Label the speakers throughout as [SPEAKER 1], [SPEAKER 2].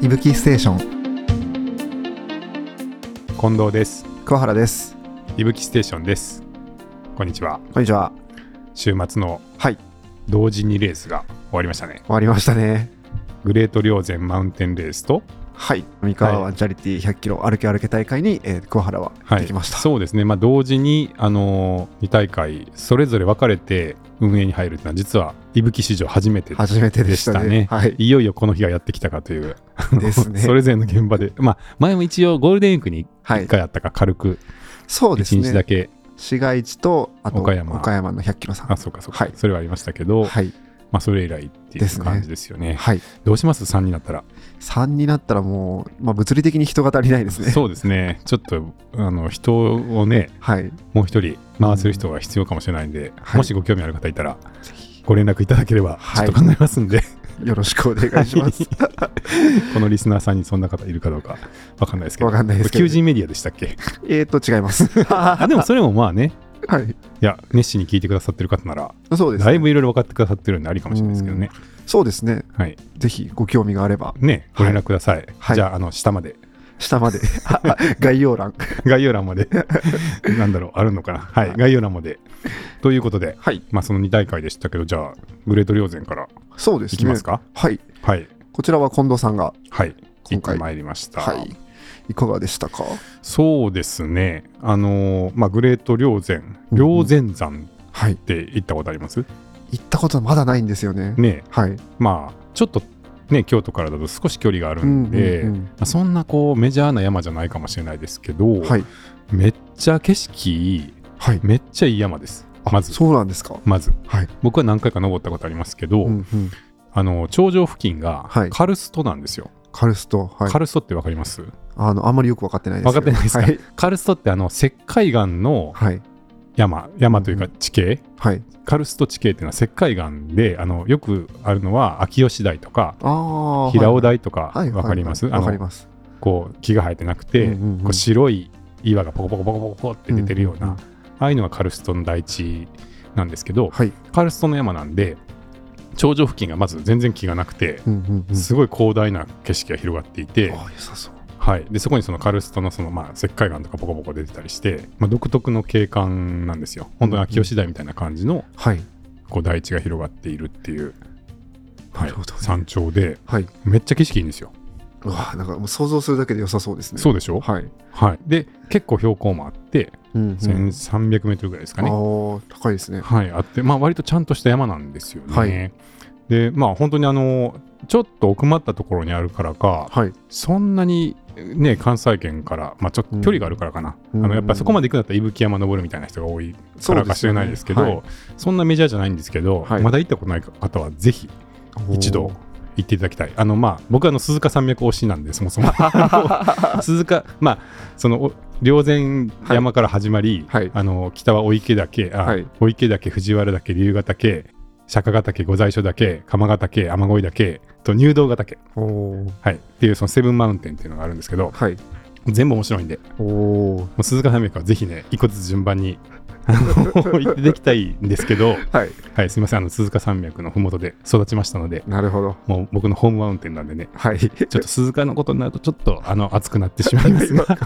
[SPEAKER 1] いぶきステーション
[SPEAKER 2] 近藤です。
[SPEAKER 1] 桑原です
[SPEAKER 2] いぶきステーションです。こんにちは。
[SPEAKER 1] こんにちは
[SPEAKER 2] 週末の
[SPEAKER 1] はい
[SPEAKER 2] 同時にレースが終わりましたね。
[SPEAKER 1] 終わりましたね
[SPEAKER 2] グレート稜線マウンテンレースと、
[SPEAKER 1] はい三河湾チャリティー100キロ歩け歩け大会に、えー、桑原は行ってきました、
[SPEAKER 2] そうですね。まあ同時にあの2大会それぞれ分かれて運営に入るというのは実はいぶき史上初めて
[SPEAKER 1] 初めてでしたね
[SPEAKER 2] でした
[SPEAKER 1] はい
[SPEAKER 2] いよいよこの日がやってきたかという。
[SPEAKER 1] ですね
[SPEAKER 2] それぞれの現場で、まあ前も一応ゴールデンウィークに
[SPEAKER 1] は
[SPEAKER 2] 1
[SPEAKER 1] い
[SPEAKER 2] 回あったか軽く
[SPEAKER 1] そうです
[SPEAKER 2] 1日だ
[SPEAKER 1] ね
[SPEAKER 2] け、
[SPEAKER 1] 市街地とあと
[SPEAKER 2] 岡山
[SPEAKER 1] の100キロさん
[SPEAKER 2] あそうかそうか、
[SPEAKER 1] はい
[SPEAKER 2] それはありましたけど、
[SPEAKER 1] はい
[SPEAKER 2] まあそれ以来ってい
[SPEAKER 1] です
[SPEAKER 2] う
[SPEAKER 1] ね
[SPEAKER 2] 感じですよね。
[SPEAKER 1] はい
[SPEAKER 2] どうします ?3 になったら。
[SPEAKER 1] 3になったらもう、まあ、物理的に人が足りないですね
[SPEAKER 2] そうですね。ちょっと、あの、人をね、
[SPEAKER 1] はい
[SPEAKER 2] もう一人回せる人が必要かもしれないんで、
[SPEAKER 1] はい
[SPEAKER 2] もしご興味ある方いたら、
[SPEAKER 1] ぜひ
[SPEAKER 2] ご連絡いただければ、ちょ
[SPEAKER 1] は
[SPEAKER 2] っ
[SPEAKER 1] い
[SPEAKER 2] と考えますんで、
[SPEAKER 1] よろしくお願いします
[SPEAKER 2] このリスナーさんにそんな方いるかどうか、わかんないですけど。
[SPEAKER 1] わかんないですけど
[SPEAKER 2] 求人メディアでしたっ け
[SPEAKER 1] えーと違います
[SPEAKER 2] あ、
[SPEAKER 1] は
[SPEAKER 2] でもそれもまあね、
[SPEAKER 1] い
[SPEAKER 2] いや、熱心に聞いてくださってる方なら、
[SPEAKER 1] そうですね
[SPEAKER 2] だいぶいろいろ分かってくださってるんでありかもしれないですけどね。
[SPEAKER 1] そうですね
[SPEAKER 2] はい。
[SPEAKER 1] ぜひご興味があれば
[SPEAKER 2] ね、ご連絡ください。
[SPEAKER 1] はい
[SPEAKER 2] じゃあ、あの、下まで、
[SPEAKER 1] 下まで概要欄
[SPEAKER 2] 概要欄 まで、なんだろう、あるのかな。はい、概要欄まで。ということで、
[SPEAKER 1] はい
[SPEAKER 2] まあ、その2大会でしたけど、じゃあ、グレート稜線から
[SPEAKER 1] そうですね
[SPEAKER 2] いきますか。
[SPEAKER 1] はい
[SPEAKER 2] はい。
[SPEAKER 1] こちらは近藤さんが
[SPEAKER 2] はい。
[SPEAKER 1] 今
[SPEAKER 2] 今
[SPEAKER 1] 回
[SPEAKER 2] 回参りました。
[SPEAKER 1] はいいかがでしたか
[SPEAKER 2] そうですね。あのーまあ、グレート稜線、
[SPEAKER 1] うんうん
[SPEAKER 2] 稜線山
[SPEAKER 1] はい
[SPEAKER 2] って行ったことあります、
[SPEAKER 1] 行ったことはまだないんですよね
[SPEAKER 2] ねえ
[SPEAKER 1] はい
[SPEAKER 2] まあ、ちょっとね、京都からだと少し距離があるんで、
[SPEAKER 1] うんうんうん
[SPEAKER 2] まあそんなこうメジャーな山じゃないかもしれないですけど、
[SPEAKER 1] はい
[SPEAKER 2] めっちゃ景色いい、
[SPEAKER 1] はい
[SPEAKER 2] めっちゃいい山です。
[SPEAKER 1] あ
[SPEAKER 2] まず、
[SPEAKER 1] そうなんですか
[SPEAKER 2] まず、
[SPEAKER 1] はい
[SPEAKER 2] 僕は何回か登ったことありますけど、
[SPEAKER 1] うんうん
[SPEAKER 2] あの頂上付近が
[SPEAKER 1] はい
[SPEAKER 2] カルストなんですよ。
[SPEAKER 1] カルストはい
[SPEAKER 2] カルストってわかります
[SPEAKER 1] あのあんまりよく分かってないですけど
[SPEAKER 2] 分かってないでカルストってあの石灰岩の
[SPEAKER 1] はいはい
[SPEAKER 2] 山山というか地形、
[SPEAKER 1] はい
[SPEAKER 2] カルスト地形っていうのは石灰岩であのよくあるのは秋吉台とか
[SPEAKER 1] ああ
[SPEAKER 2] 平尾台とか
[SPEAKER 1] はい
[SPEAKER 2] わかります
[SPEAKER 1] わかり
[SPEAKER 2] あの
[SPEAKER 1] ます
[SPEAKER 2] こう木が生えてなくて、
[SPEAKER 1] うんうんうん
[SPEAKER 2] こう白い岩がポコポコポコポコポコって出てるような、
[SPEAKER 1] うんうんうん
[SPEAKER 2] ああいうのがカルストの台地なんですけど、
[SPEAKER 1] はい
[SPEAKER 2] カルストの山なんで頂上付近がまず全然木がなくて、
[SPEAKER 1] うんうんうん
[SPEAKER 2] すごい広大な景色が広がっていて、
[SPEAKER 1] ああ良さそう
[SPEAKER 2] はい、でそこにそのカルストのその、まあ、石灰岩とかボコボコ出てたりして、まあ、独特の景観なんですよ本当に秋吉台みたいな感じの
[SPEAKER 1] はい
[SPEAKER 2] こう台地が広がっているっていう、
[SPEAKER 1] な
[SPEAKER 2] はい
[SPEAKER 1] るほどね
[SPEAKER 2] 山頂で
[SPEAKER 1] はい
[SPEAKER 2] めっちゃ景色いいんですよ
[SPEAKER 1] うわなんかもう想像するだけで良さそうですね
[SPEAKER 2] そうでしょ、
[SPEAKER 1] はい
[SPEAKER 2] はい、で結構標高もあって
[SPEAKER 1] うんうん
[SPEAKER 2] 1 3 0 0ルぐらいですかね、
[SPEAKER 1] ああ高いですね
[SPEAKER 2] はい、あって、まあ、割とちゃんとした山なんですよね。
[SPEAKER 1] はい
[SPEAKER 2] でまあ本当にあのちょっと奥まったところにあるからか
[SPEAKER 1] はい
[SPEAKER 2] そんなに、ね、関西圏から、まあ、ちょっと距離があるからかな、
[SPEAKER 1] うん
[SPEAKER 2] あのやっぱりそこまで行くんだったら伊吹山登るみたいな人が多い
[SPEAKER 1] そ
[SPEAKER 2] か
[SPEAKER 1] うですよね
[SPEAKER 2] らか知れないですけどそ
[SPEAKER 1] はい
[SPEAKER 2] んなメジャーじゃないんですけど、
[SPEAKER 1] はい
[SPEAKER 2] まだ行ったことない方はぜひ一
[SPEAKER 1] お
[SPEAKER 2] 度
[SPEAKER 1] ー
[SPEAKER 2] 行っていただきたいあのまあ僕はあの鈴鹿山脈推しなんでそもそ もあの鈴鹿まあそのお霊山山から始まり、
[SPEAKER 1] はい
[SPEAKER 2] あの北は御池岳あ、
[SPEAKER 1] はい
[SPEAKER 2] 御池岳藤原岳龍ヶ岳釈迦ヶ岳御在所岳鎌ヶ岳雨乞い岳と入道ヶ岳、
[SPEAKER 1] おー
[SPEAKER 2] はい、っていうそのセブンマウンテンっていうのがあるんですけど
[SPEAKER 1] はい
[SPEAKER 2] 全部面白いんでも
[SPEAKER 1] おお
[SPEAKER 2] う鈴鹿山脈はぜひね一個ずつ順番にあ の行っていただきたいんですけど、
[SPEAKER 1] はい
[SPEAKER 2] はい、すいませんあの鈴鹿山脈の麓で育ちましたので
[SPEAKER 1] なるほど
[SPEAKER 2] もう僕のホームマウンテンなんでね
[SPEAKER 1] はい
[SPEAKER 2] ちょっと鈴鹿のことになると、ちょっとあの熱くなってしま いますが、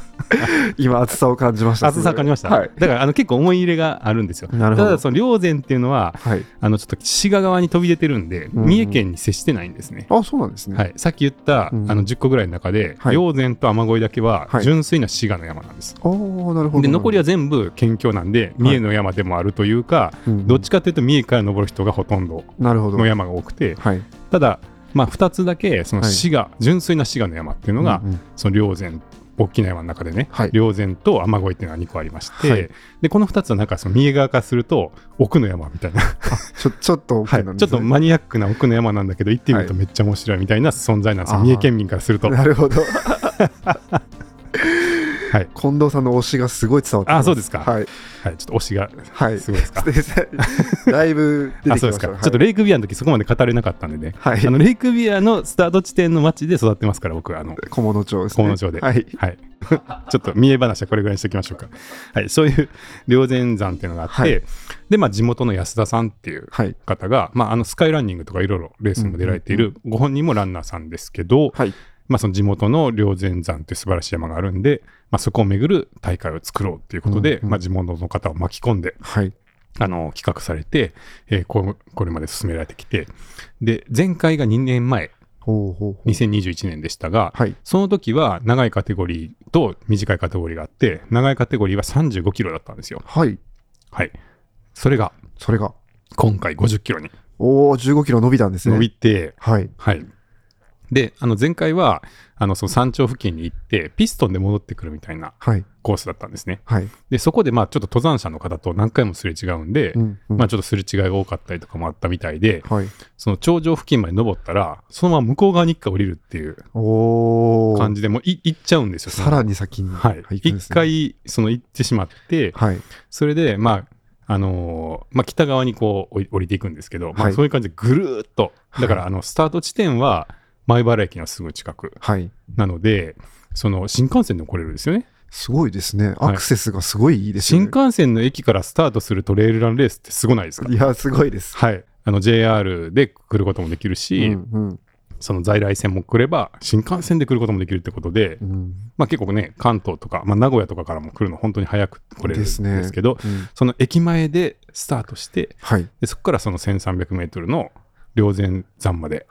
[SPEAKER 1] 今暑さを感じました
[SPEAKER 2] 熱さを感じました。
[SPEAKER 1] はい
[SPEAKER 2] だからあの結構思い入れがあるんですよ。
[SPEAKER 1] な
[SPEAKER 2] た
[SPEAKER 1] るほど
[SPEAKER 2] だ、その霊山っていうのは、
[SPEAKER 1] はい
[SPEAKER 2] あのちょっと滋賀側に飛び出てるんで、
[SPEAKER 1] うん
[SPEAKER 2] 三重県に接してないんですね。
[SPEAKER 1] あそうなんですね
[SPEAKER 2] はい、さっき言った、
[SPEAKER 1] うん
[SPEAKER 2] あの10個ぐらいの中で、
[SPEAKER 1] はい
[SPEAKER 2] 霊山と雨乞いだけは
[SPEAKER 1] はい
[SPEAKER 2] 純粋な滋賀の山なんです。
[SPEAKER 1] ああなるほど
[SPEAKER 2] で残り
[SPEAKER 1] は
[SPEAKER 2] は全部県境なんで、三重の山でもあるというか、どっちかというと三重から登る人がほとんど
[SPEAKER 1] なるほど
[SPEAKER 2] の山が多くて、
[SPEAKER 1] はい
[SPEAKER 2] ただ、まあ、2つだけその滋賀、純粋な滋賀の山っていうのが、
[SPEAKER 1] うんうん
[SPEAKER 2] その霊山大きな山の中でね、
[SPEAKER 1] はい
[SPEAKER 2] 霊山と雨乞いっていうのは2個ありまして、
[SPEAKER 1] はい
[SPEAKER 2] でこの2つはなんかその三重側からすると奥の山みたいな、
[SPEAKER 1] ちょちょっと
[SPEAKER 2] は
[SPEAKER 1] 奥
[SPEAKER 2] い
[SPEAKER 1] なん
[SPEAKER 2] ち
[SPEAKER 1] で
[SPEAKER 2] ょっ
[SPEAKER 1] すね
[SPEAKER 2] とマニアックな奥の山なんだけど行ってみるとめっちゃ面白いみたいな存在なんですよ、
[SPEAKER 1] あー
[SPEAKER 2] 三重県民からすると。は
[SPEAKER 1] なるほど
[SPEAKER 2] い
[SPEAKER 1] 近藤さんの推しがすごい伝わってきます
[SPEAKER 2] あそうですか
[SPEAKER 1] はい
[SPEAKER 2] はい、ちょっと推しが
[SPEAKER 1] はい
[SPEAKER 2] すごいです か。
[SPEAKER 1] だいぶ出
[SPEAKER 2] あ
[SPEAKER 1] てき
[SPEAKER 2] そ
[SPEAKER 1] ま
[SPEAKER 2] うで
[SPEAKER 1] し
[SPEAKER 2] すか、
[SPEAKER 1] たはい
[SPEAKER 2] ちょっとレイクビアの時そこまで語れなかったんでね、
[SPEAKER 1] はい
[SPEAKER 2] あのレイクビアのスタート地点の町で育ってますから僕あの
[SPEAKER 1] 小物町ですね
[SPEAKER 2] 小物町で。
[SPEAKER 1] はい
[SPEAKER 2] はい。 ちょっと見え話はこれぐらいにしておきましょうか。はい。そういう霊山山っていうのがあって、
[SPEAKER 1] はい
[SPEAKER 2] で、まあ、地元の安田さんっていう
[SPEAKER 1] はい
[SPEAKER 2] 方が、まあ、あのスカイランニングとかいろいろレースにも出られている、ご本人もランナーさんですけど、
[SPEAKER 1] はい
[SPEAKER 2] まあ、その地元の霊仙山って素晴らしい山があるんで、まあ、そこを巡る大会を作ろうっていうことで、
[SPEAKER 1] うんうん
[SPEAKER 2] まあ、地元の方を巻き込んで、
[SPEAKER 1] はい。
[SPEAKER 2] あの、企画されて、えーこうこれまで進められてきて、で、前回が2年前、
[SPEAKER 1] ほうほうほう。
[SPEAKER 2] 2021年でしたが、
[SPEAKER 1] はい。
[SPEAKER 2] その時は長いカテゴリーと短いカテゴリーがあって、長いカテゴリーは35キロだったんですよ。
[SPEAKER 1] はい。
[SPEAKER 2] はい。それが、
[SPEAKER 1] それが、
[SPEAKER 2] 今回50キロに
[SPEAKER 1] おお、15キロ伸びたんですね。
[SPEAKER 2] 伸びて、
[SPEAKER 1] はい。
[SPEAKER 2] はい。で、あの前回は、あのその山頂付近に行って、ピストンで戻ってくるみたいな
[SPEAKER 1] はい。
[SPEAKER 2] コースだったんですね。
[SPEAKER 1] はい。
[SPEAKER 2] で、そこでまあちょっと登山者の方と何回もすれ違うんで、
[SPEAKER 1] うん、うん
[SPEAKER 2] まあちょっとすれ違いが多かったりとかもあったみたいで、
[SPEAKER 1] はい。
[SPEAKER 2] その頂上付近まで登ったら、そのまま向こう側に一回降りるっていう
[SPEAKER 1] おお。
[SPEAKER 2] 感じで、もうい行っちゃうんですよ。その
[SPEAKER 1] さらに先に。
[SPEAKER 2] はい。
[SPEAKER 1] 行くんで
[SPEAKER 2] 一
[SPEAKER 1] すね。
[SPEAKER 2] 回、その行ってしまって、
[SPEAKER 1] はい。
[SPEAKER 2] それで、まあ、あのーまあ、北側にこう降り降りていくんですけど、ま
[SPEAKER 1] は
[SPEAKER 2] あ、
[SPEAKER 1] い
[SPEAKER 2] そういう感じでぐるーっと、だから
[SPEAKER 1] は
[SPEAKER 2] あのスタート地点は前原駅のすぐ近く
[SPEAKER 1] はい。
[SPEAKER 2] なので、その新幹線でも来れるんですよね。
[SPEAKER 1] すごいですね。
[SPEAKER 2] は
[SPEAKER 1] ア
[SPEAKER 2] い
[SPEAKER 1] クセスがすごいいいですよ
[SPEAKER 2] 新
[SPEAKER 1] ね。
[SPEAKER 2] 幹線の駅からスタートするトレイルランレースってすごないですか
[SPEAKER 1] いや、すごいです。
[SPEAKER 2] はい。あの JR で来ることもできるし、
[SPEAKER 1] うん
[SPEAKER 2] その在来線も来れば、新幹線で来ることもできるってことで、
[SPEAKER 1] うんうん
[SPEAKER 2] まあ、結構ね、関東とか、まあ、名古屋とかからも来るの、本当に早く来れるんで
[SPEAKER 1] ですね
[SPEAKER 2] すけど、
[SPEAKER 1] うん
[SPEAKER 2] その駅前でスタートして、
[SPEAKER 1] はい。
[SPEAKER 2] でそこからその1300メートルの霊仙山まで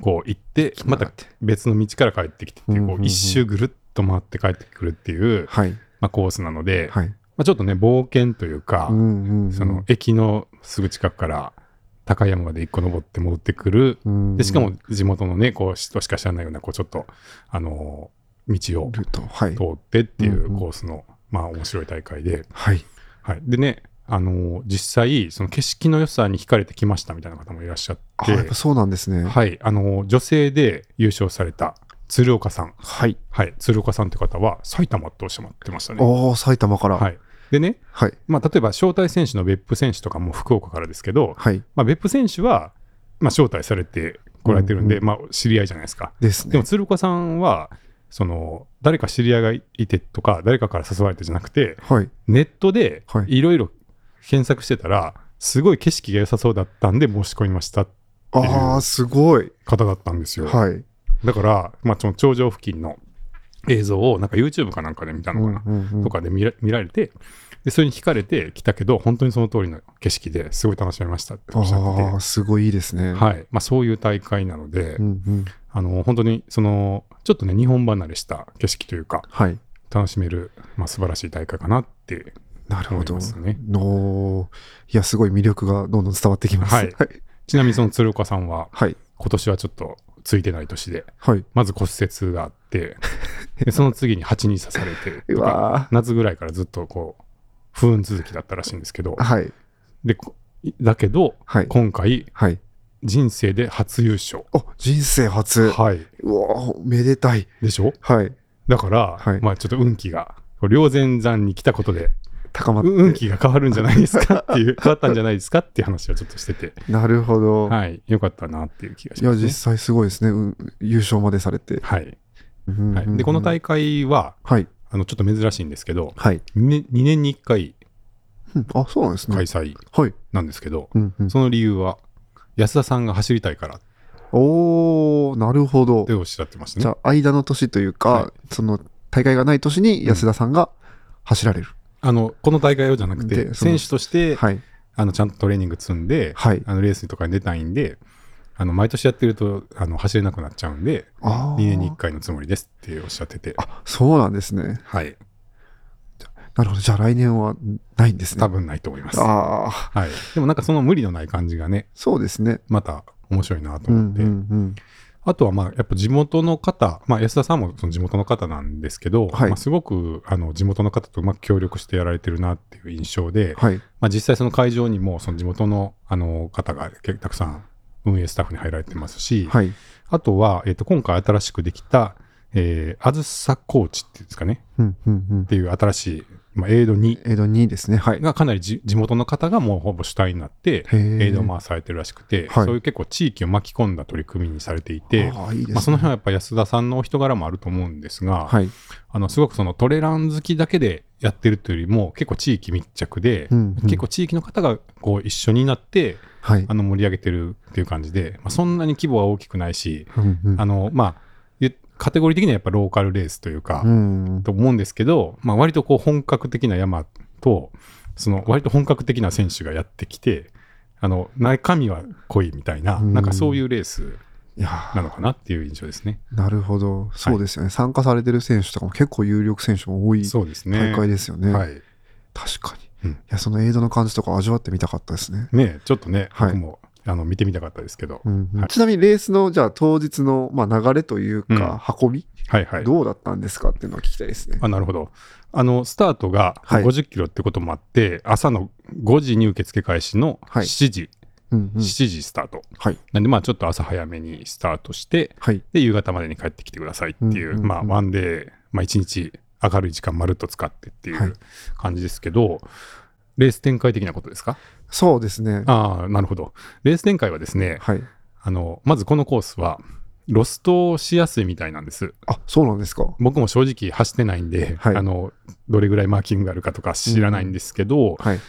[SPEAKER 2] こう行って、また別の道から帰ってきてっていう
[SPEAKER 1] うんう
[SPEAKER 2] こ
[SPEAKER 1] んう
[SPEAKER 2] うん一周ぐるっと回って帰ってくるっていう、
[SPEAKER 1] はい。
[SPEAKER 2] まあ、コースなので、
[SPEAKER 1] はい。
[SPEAKER 2] まあ、ちょっとね冒険というか、
[SPEAKER 1] うんうんうん
[SPEAKER 2] その、駅のすぐ近くから高い山まで一個登って戻ってくる
[SPEAKER 1] うん
[SPEAKER 2] でしかも、地元のねこう人しか知らないようなこうちょっとあのー道を
[SPEAKER 1] ルート。はい。
[SPEAKER 2] 通ってってい
[SPEAKER 1] うん
[SPEAKER 2] う
[SPEAKER 1] うん
[SPEAKER 2] コースの、まあ面白い大会で。
[SPEAKER 1] はい。
[SPEAKER 2] はい、でね、あのー実際、その景色の良さに惹かれてきましたみたいな方もいらっしゃっ
[SPEAKER 1] あ、やってぱ、そうなんですね。
[SPEAKER 2] はいあのー女性で優勝された鶴岡さん、
[SPEAKER 1] はい。
[SPEAKER 2] はい、鶴岡さんって方は埼玉っておっしゃってましたね。
[SPEAKER 1] おお、埼玉から。
[SPEAKER 2] は
[SPEAKER 1] はい。
[SPEAKER 2] い、でね、
[SPEAKER 1] はい。
[SPEAKER 2] まあ、例えば招待選手の別府選手とかも福岡からですけど、まあ、別府選手は、まあ、招待されてこられてるんで、
[SPEAKER 1] うん
[SPEAKER 2] まあ、知り合いじゃないですか。
[SPEAKER 1] です
[SPEAKER 2] で
[SPEAKER 1] ね
[SPEAKER 2] も。鶴岡さんはその誰か知り合いがいてとか誰かから誘われてじゃなくて、
[SPEAKER 1] はい。
[SPEAKER 2] ネットで
[SPEAKER 1] はい
[SPEAKER 2] いろいろ検索してたら、すごい景色が良さそうだったんで申し込みましたっていう
[SPEAKER 1] ああ、すごい。
[SPEAKER 2] 方だったんですよ。
[SPEAKER 1] はい。
[SPEAKER 2] だから、まあ、その頂上付近の映像をなんか YouTube かなんかで見たのかな、
[SPEAKER 1] うんうんうん
[SPEAKER 2] とかで見ら見られてで、それに惹かれてきたけど、本当にその通りの景色ですごい楽しめましたっておっしゃってて
[SPEAKER 1] ああ、すごいいいですね。
[SPEAKER 2] はいまあ、そういう大会なので、
[SPEAKER 1] うんうん。
[SPEAKER 2] あの本当にそのちょっとね、日本離れした景色というか、
[SPEAKER 1] はい。
[SPEAKER 2] 楽しめる、まあ、素晴らしい大会かなって
[SPEAKER 1] なるほ
[SPEAKER 2] 思い
[SPEAKER 1] ど
[SPEAKER 2] ま。すね。
[SPEAKER 1] おーいや、すごい魅力がどんどん伝わってきます。
[SPEAKER 2] はいちなみにその鶴岡さんは
[SPEAKER 1] はい。
[SPEAKER 2] 今年はちょっとついてない年で、
[SPEAKER 1] はい。
[SPEAKER 2] まず骨折があって、でその次に蜂に刺されて
[SPEAKER 1] う
[SPEAKER 2] とか、
[SPEAKER 1] わ
[SPEAKER 2] 夏ぐらいからずっとこう、不運続きだったらしいんですけど
[SPEAKER 1] ー、はい。
[SPEAKER 2] でこだけど、
[SPEAKER 1] はい。
[SPEAKER 2] 今回、
[SPEAKER 1] はい。
[SPEAKER 2] 人生で初優勝。
[SPEAKER 1] あ、人生初。
[SPEAKER 2] はい。
[SPEAKER 1] うわーめでたい。
[SPEAKER 2] でしょ
[SPEAKER 1] はい。
[SPEAKER 2] だから、
[SPEAKER 1] はい
[SPEAKER 2] まあちょっと運気が、こう霊仙山に来たことで、
[SPEAKER 1] 高まっ
[SPEAKER 2] う
[SPEAKER 1] て。
[SPEAKER 2] 運気が変わるんじゃないです かっていう、変わったんじゃないですかっていう話をちょっとしてて、
[SPEAKER 1] なるほど。
[SPEAKER 2] はい。よかったなっていう気がし
[SPEAKER 1] いや、
[SPEAKER 2] ます、ね
[SPEAKER 1] 実。際すごいですね。うん優勝までされて。
[SPEAKER 2] はい、
[SPEAKER 1] うんうんう
[SPEAKER 2] はい。
[SPEAKER 1] ん
[SPEAKER 2] で、この大会は、
[SPEAKER 1] はい。
[SPEAKER 2] あの、ちょっと珍しいんですけど、
[SPEAKER 1] はい。
[SPEAKER 2] 2年 ,2 年に1回
[SPEAKER 1] うんあ、そうなんですね。は
[SPEAKER 2] 開
[SPEAKER 1] い。
[SPEAKER 2] 催なんですけど、
[SPEAKER 1] うんうん
[SPEAKER 2] その理由は安田さんが走りたいからっ
[SPEAKER 1] おー、なるほど
[SPEAKER 2] て。おっしゃってました
[SPEAKER 1] じ
[SPEAKER 2] ね。
[SPEAKER 1] ゃあ、間の年という
[SPEAKER 2] は
[SPEAKER 1] か、その、大会がない年に安田さんが走られる。
[SPEAKER 2] あのこの大会をじゃなくて
[SPEAKER 1] でその
[SPEAKER 2] 選手として、
[SPEAKER 1] はい。
[SPEAKER 2] あのちゃんとトレーニング積んで、
[SPEAKER 1] はい。
[SPEAKER 2] あのレースとかに出たいんであの毎年やってるとあの走れなくなっちゃうんで
[SPEAKER 1] あ
[SPEAKER 2] 2
[SPEAKER 1] ー
[SPEAKER 2] 年に1回のつもりですっておっしゃってて、
[SPEAKER 1] あ、そうなんですね。
[SPEAKER 2] はい、
[SPEAKER 1] なるほど。じゃあ来年はないんですね。
[SPEAKER 2] 多分ないと思います。は
[SPEAKER 1] ああ、
[SPEAKER 2] い、でもなんかその無理のない感じがね
[SPEAKER 1] そうですね。
[SPEAKER 2] また面白いなと
[SPEAKER 1] うん
[SPEAKER 2] 思って、
[SPEAKER 1] うん
[SPEAKER 2] あとはまあやっぱ地元の方、まあ、安田さんもその地元の方なんですけど、
[SPEAKER 1] はい
[SPEAKER 2] まあ、すごくあの地元の方とうまく協力してやられてるなっていう印象
[SPEAKER 1] う
[SPEAKER 2] で
[SPEAKER 1] ん。、はい。
[SPEAKER 2] まあ、実際その会場にもその地元のあの方が結構たくさん運営スタッフに入られてますし、
[SPEAKER 1] はい。
[SPEAKER 2] あとは、えっと今回新しくできた、えー、あずさコーチっていうんですかね
[SPEAKER 1] うんうんうん
[SPEAKER 2] っ。ていう新しい、まあ、エイド2
[SPEAKER 1] 江戸2ですね。はい。
[SPEAKER 2] がかなりじ地元の方がもうほぼ主体になって、
[SPEAKER 1] へー
[SPEAKER 2] エイドを回されてるらしくて、
[SPEAKER 1] はい
[SPEAKER 2] そういう結構地域を巻き込んだ取り組みにされていて、
[SPEAKER 1] ああ、いいですね。
[SPEAKER 2] まあ、その辺はやっぱ安田さんのお人柄もあると思うんですが、
[SPEAKER 1] はい。
[SPEAKER 2] あのすごくそのトレラン好きだけでやってるというよりも結構地域密着で、
[SPEAKER 1] うんうん
[SPEAKER 2] 結構地域の方がこう一緒になって
[SPEAKER 1] はい
[SPEAKER 2] あ。の盛り上げてるっていう感じで、まあ、そんなに規模は大きくないし、
[SPEAKER 1] うんうん
[SPEAKER 2] あのまあゆカテゴリー的にはやっぱローカルレースというか、
[SPEAKER 1] うん
[SPEAKER 2] と思うんですけど、まあ、割とこう本格的な山とその割と本格的な選手がやってきてあの中身は濃いみたいな,、
[SPEAKER 1] うん
[SPEAKER 2] なんかそういうレース
[SPEAKER 1] いや
[SPEAKER 2] なのかなっていう印象ですね。
[SPEAKER 1] なるほどそうですよね、参加されてる選手とかも結構有力選手も多い
[SPEAKER 2] そうですね
[SPEAKER 1] 大会ですよね
[SPEAKER 2] はい
[SPEAKER 1] 確かに、
[SPEAKER 2] うん
[SPEAKER 1] いやそのエイドの感じとか味わってみたかったですね、
[SPEAKER 2] ね、ちょっとね、
[SPEAKER 1] はい
[SPEAKER 2] 僕もあの見てみたかったですけど、
[SPEAKER 1] うんうん
[SPEAKER 2] はい
[SPEAKER 1] ちなみにレースのじゃあ当日の、まあ、流れというか運び、
[SPEAKER 2] はいはい、
[SPEAKER 1] どうだったんですかっていうのを聞きたいですね
[SPEAKER 2] あなるほどあのスタートが
[SPEAKER 1] はい
[SPEAKER 2] 50キロってこともあって、朝の5時に受付開始の
[SPEAKER 1] はい
[SPEAKER 2] 7時、
[SPEAKER 1] うんうん
[SPEAKER 2] 7時スタート
[SPEAKER 1] はい
[SPEAKER 2] なんでまあちょっと朝早めにスタートして
[SPEAKER 1] はい
[SPEAKER 2] で夕方までに帰ってきてくださいってい
[SPEAKER 1] う
[SPEAKER 2] う,、
[SPEAKER 1] んうんうん
[SPEAKER 2] まあワンデー、まあ、1日明るい時間まるっと使ってってい
[SPEAKER 1] はいう
[SPEAKER 2] 感じですけど、レース展開的なことですか
[SPEAKER 1] そうですね
[SPEAKER 2] ああなるほどレース展開はですね
[SPEAKER 1] はい
[SPEAKER 2] あのまずこのコースはロストしやすいみたいなんです
[SPEAKER 1] あそうなんですか
[SPEAKER 2] 僕も正直走ってないんで、
[SPEAKER 1] はい
[SPEAKER 2] あのどれぐらいマーキングがあるかとか知らないんですけど、
[SPEAKER 1] はい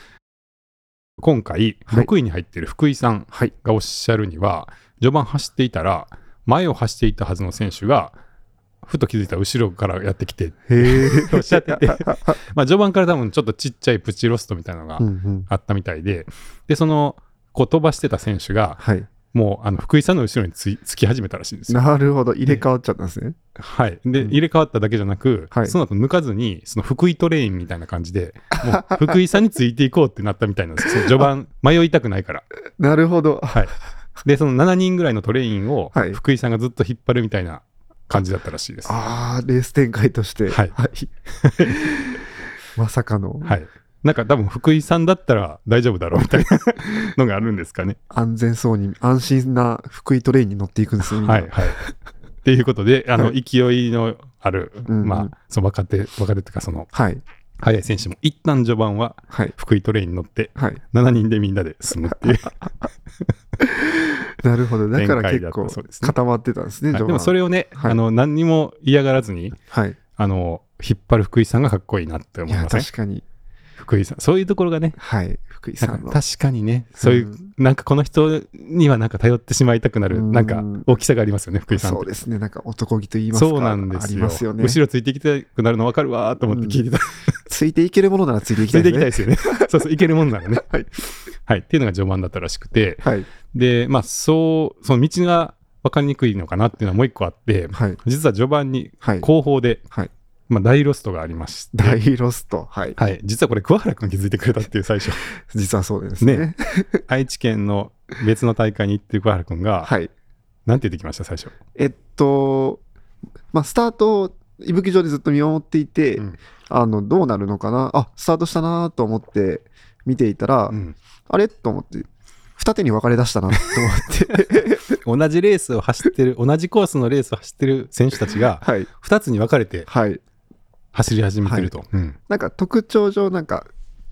[SPEAKER 2] 今回
[SPEAKER 1] はい
[SPEAKER 2] 6位に入ってる福井さん
[SPEAKER 1] はい
[SPEAKER 2] がおっしゃるには、序盤走っていたら前を走っていたはずの選手がふと気づいたら後ろからやってきて
[SPEAKER 1] へえ
[SPEAKER 2] おっしゃっててまあ序盤から多分ちょっとちっちゃいプチロストみたいなのが
[SPEAKER 1] うんうん
[SPEAKER 2] あったみたいで、でそのこう飛ばしてた選手が
[SPEAKER 1] はい
[SPEAKER 2] もうあの福井さんの後ろについつき始めたらしいんですよ。
[SPEAKER 1] なるほど入れ替わっちゃったんですね
[SPEAKER 2] はい、で、
[SPEAKER 1] うん
[SPEAKER 2] 入れ替わっただけじゃなく、
[SPEAKER 1] はい
[SPEAKER 2] その後抜かずにその福井トレインみたいな感じでもう福井さんについていこうってなったみたいなんですよその序 盤迷いたくないから
[SPEAKER 1] なるほど
[SPEAKER 2] でその7人ぐらいのトレインを
[SPEAKER 1] はい
[SPEAKER 2] 福井さんがずっと引っ張るみたいな感じだったらしいです、は
[SPEAKER 1] ああレース展開として
[SPEAKER 2] はい
[SPEAKER 1] まさかの
[SPEAKER 2] いなんか多分福井さんだったら大丈夫だろうみたいなのがあるんですかね
[SPEAKER 1] 安全そうに安心な福井トレインに乗っていくんですよみんな
[SPEAKER 2] はいはいっていうことであの
[SPEAKER 1] は
[SPEAKER 2] 勢いのある、
[SPEAKER 1] うんうん
[SPEAKER 2] まあその若手若手というかその
[SPEAKER 1] はい
[SPEAKER 2] 速い選手も一旦序盤は
[SPEAKER 1] はい
[SPEAKER 2] 福井トレインに乗って
[SPEAKER 1] はい
[SPEAKER 2] 7人でみんなで進む っていう
[SPEAKER 1] なるほどだから
[SPEAKER 2] 展開
[SPEAKER 1] 結
[SPEAKER 2] だった
[SPEAKER 1] 構
[SPEAKER 2] そうですね
[SPEAKER 1] 固まってたんですね
[SPEAKER 2] はい
[SPEAKER 1] 序盤
[SPEAKER 2] でもそれをね、
[SPEAKER 1] はい
[SPEAKER 2] あの何にも嫌がらずに
[SPEAKER 1] はい
[SPEAKER 2] あの引っ張る福井さんがかっこいいなって
[SPEAKER 1] い
[SPEAKER 2] 思い
[SPEAKER 1] や
[SPEAKER 2] ません
[SPEAKER 1] 確かに
[SPEAKER 2] 福井さんそういうところがね
[SPEAKER 1] はい福井
[SPEAKER 2] な
[SPEAKER 1] さん
[SPEAKER 2] ん
[SPEAKER 1] の
[SPEAKER 2] か確かにねそういう、
[SPEAKER 1] ん
[SPEAKER 2] なんかこの人にはなんか頼ってしまいたくなる
[SPEAKER 1] うん
[SPEAKER 2] なんか大きさがありますよね福井さん
[SPEAKER 1] そ
[SPEAKER 2] っ
[SPEAKER 1] う
[SPEAKER 2] て
[SPEAKER 1] ですねなんか男気と言いますか
[SPEAKER 2] そうなんで
[SPEAKER 1] あり
[SPEAKER 2] すよ
[SPEAKER 1] ますよね
[SPEAKER 2] 後ろついてきたくなるの分かるわーと思って聞いてた、
[SPEAKER 1] ついていけるものならついていき
[SPEAKER 2] つ
[SPEAKER 1] た
[SPEAKER 2] い
[SPEAKER 1] い
[SPEAKER 2] て
[SPEAKER 1] で
[SPEAKER 2] いき
[SPEAKER 1] す
[SPEAKER 2] たい
[SPEAKER 1] ね
[SPEAKER 2] です よねそうそういけるもんならね
[SPEAKER 1] はい、
[SPEAKER 2] はい、っていうのが序盤だったらしくて
[SPEAKER 1] はい
[SPEAKER 2] でまあそうその道が分かりにくいのかなっていうのはもう一個あって
[SPEAKER 1] はい
[SPEAKER 2] 実は序盤に
[SPEAKER 1] はい
[SPEAKER 2] 後方で、
[SPEAKER 1] はい
[SPEAKER 2] まあ、大ロストがありまして
[SPEAKER 1] 大ロストはい
[SPEAKER 2] はい、実はこれ桑原君気づいてくれたっていう最 初
[SPEAKER 1] 実はそうですね
[SPEAKER 2] ね愛知県の別の大会に行ってる桑原君が、
[SPEAKER 1] はい
[SPEAKER 2] なんて言ってきました最初、
[SPEAKER 1] えっとまあスタートを伊吹城でずっと見守っていて、
[SPEAKER 2] うん
[SPEAKER 1] あのどうなるのかなあスタートしたなと思って見ていたら、
[SPEAKER 2] うん
[SPEAKER 1] あれと思って二手に分かれ出したなと 思って
[SPEAKER 2] 同じレースを走ってる同じコースのレースを走ってる選手たちが
[SPEAKER 1] はい
[SPEAKER 2] 2つに分かれて
[SPEAKER 1] はい
[SPEAKER 2] 走り始めてると、うん
[SPEAKER 1] なんか特徴上なんか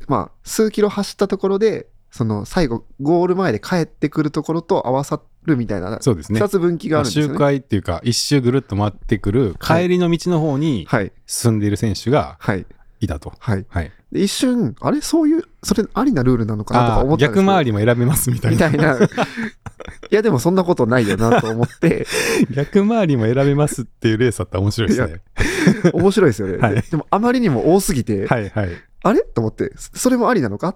[SPEAKER 1] まあ数キロ走ったところでその最後ゴール前で帰ってくるところと合わさるみたいな
[SPEAKER 2] そうですね
[SPEAKER 1] 二つ分岐があるんですよ
[SPEAKER 2] 周
[SPEAKER 1] ね
[SPEAKER 2] 回っていうか一周ぐるっと回ってくる
[SPEAKER 1] はい
[SPEAKER 2] 帰りの道の方に
[SPEAKER 1] はい
[SPEAKER 2] 進んでいる選手が
[SPEAKER 1] はい
[SPEAKER 2] いたと、
[SPEAKER 1] はい
[SPEAKER 2] はい、
[SPEAKER 1] で一瞬あれそういうそれありなルールなのかなとか
[SPEAKER 2] あ
[SPEAKER 1] 思
[SPEAKER 2] ー
[SPEAKER 1] ったんですけ
[SPEAKER 2] 逆
[SPEAKER 1] ど
[SPEAKER 2] 回りも選べますみたい
[SPEAKER 1] み
[SPEAKER 2] な
[SPEAKER 1] たいな。いや、でもそんなこと ないよなと思って、
[SPEAKER 2] 逆回りも選べますっていうレースだったら面白いですね
[SPEAKER 1] 面白いですよね。
[SPEAKER 2] はい
[SPEAKER 1] ででも、あまりにも多すぎて、
[SPEAKER 2] はいはい
[SPEAKER 1] あれと思って、そそれもありなのかっ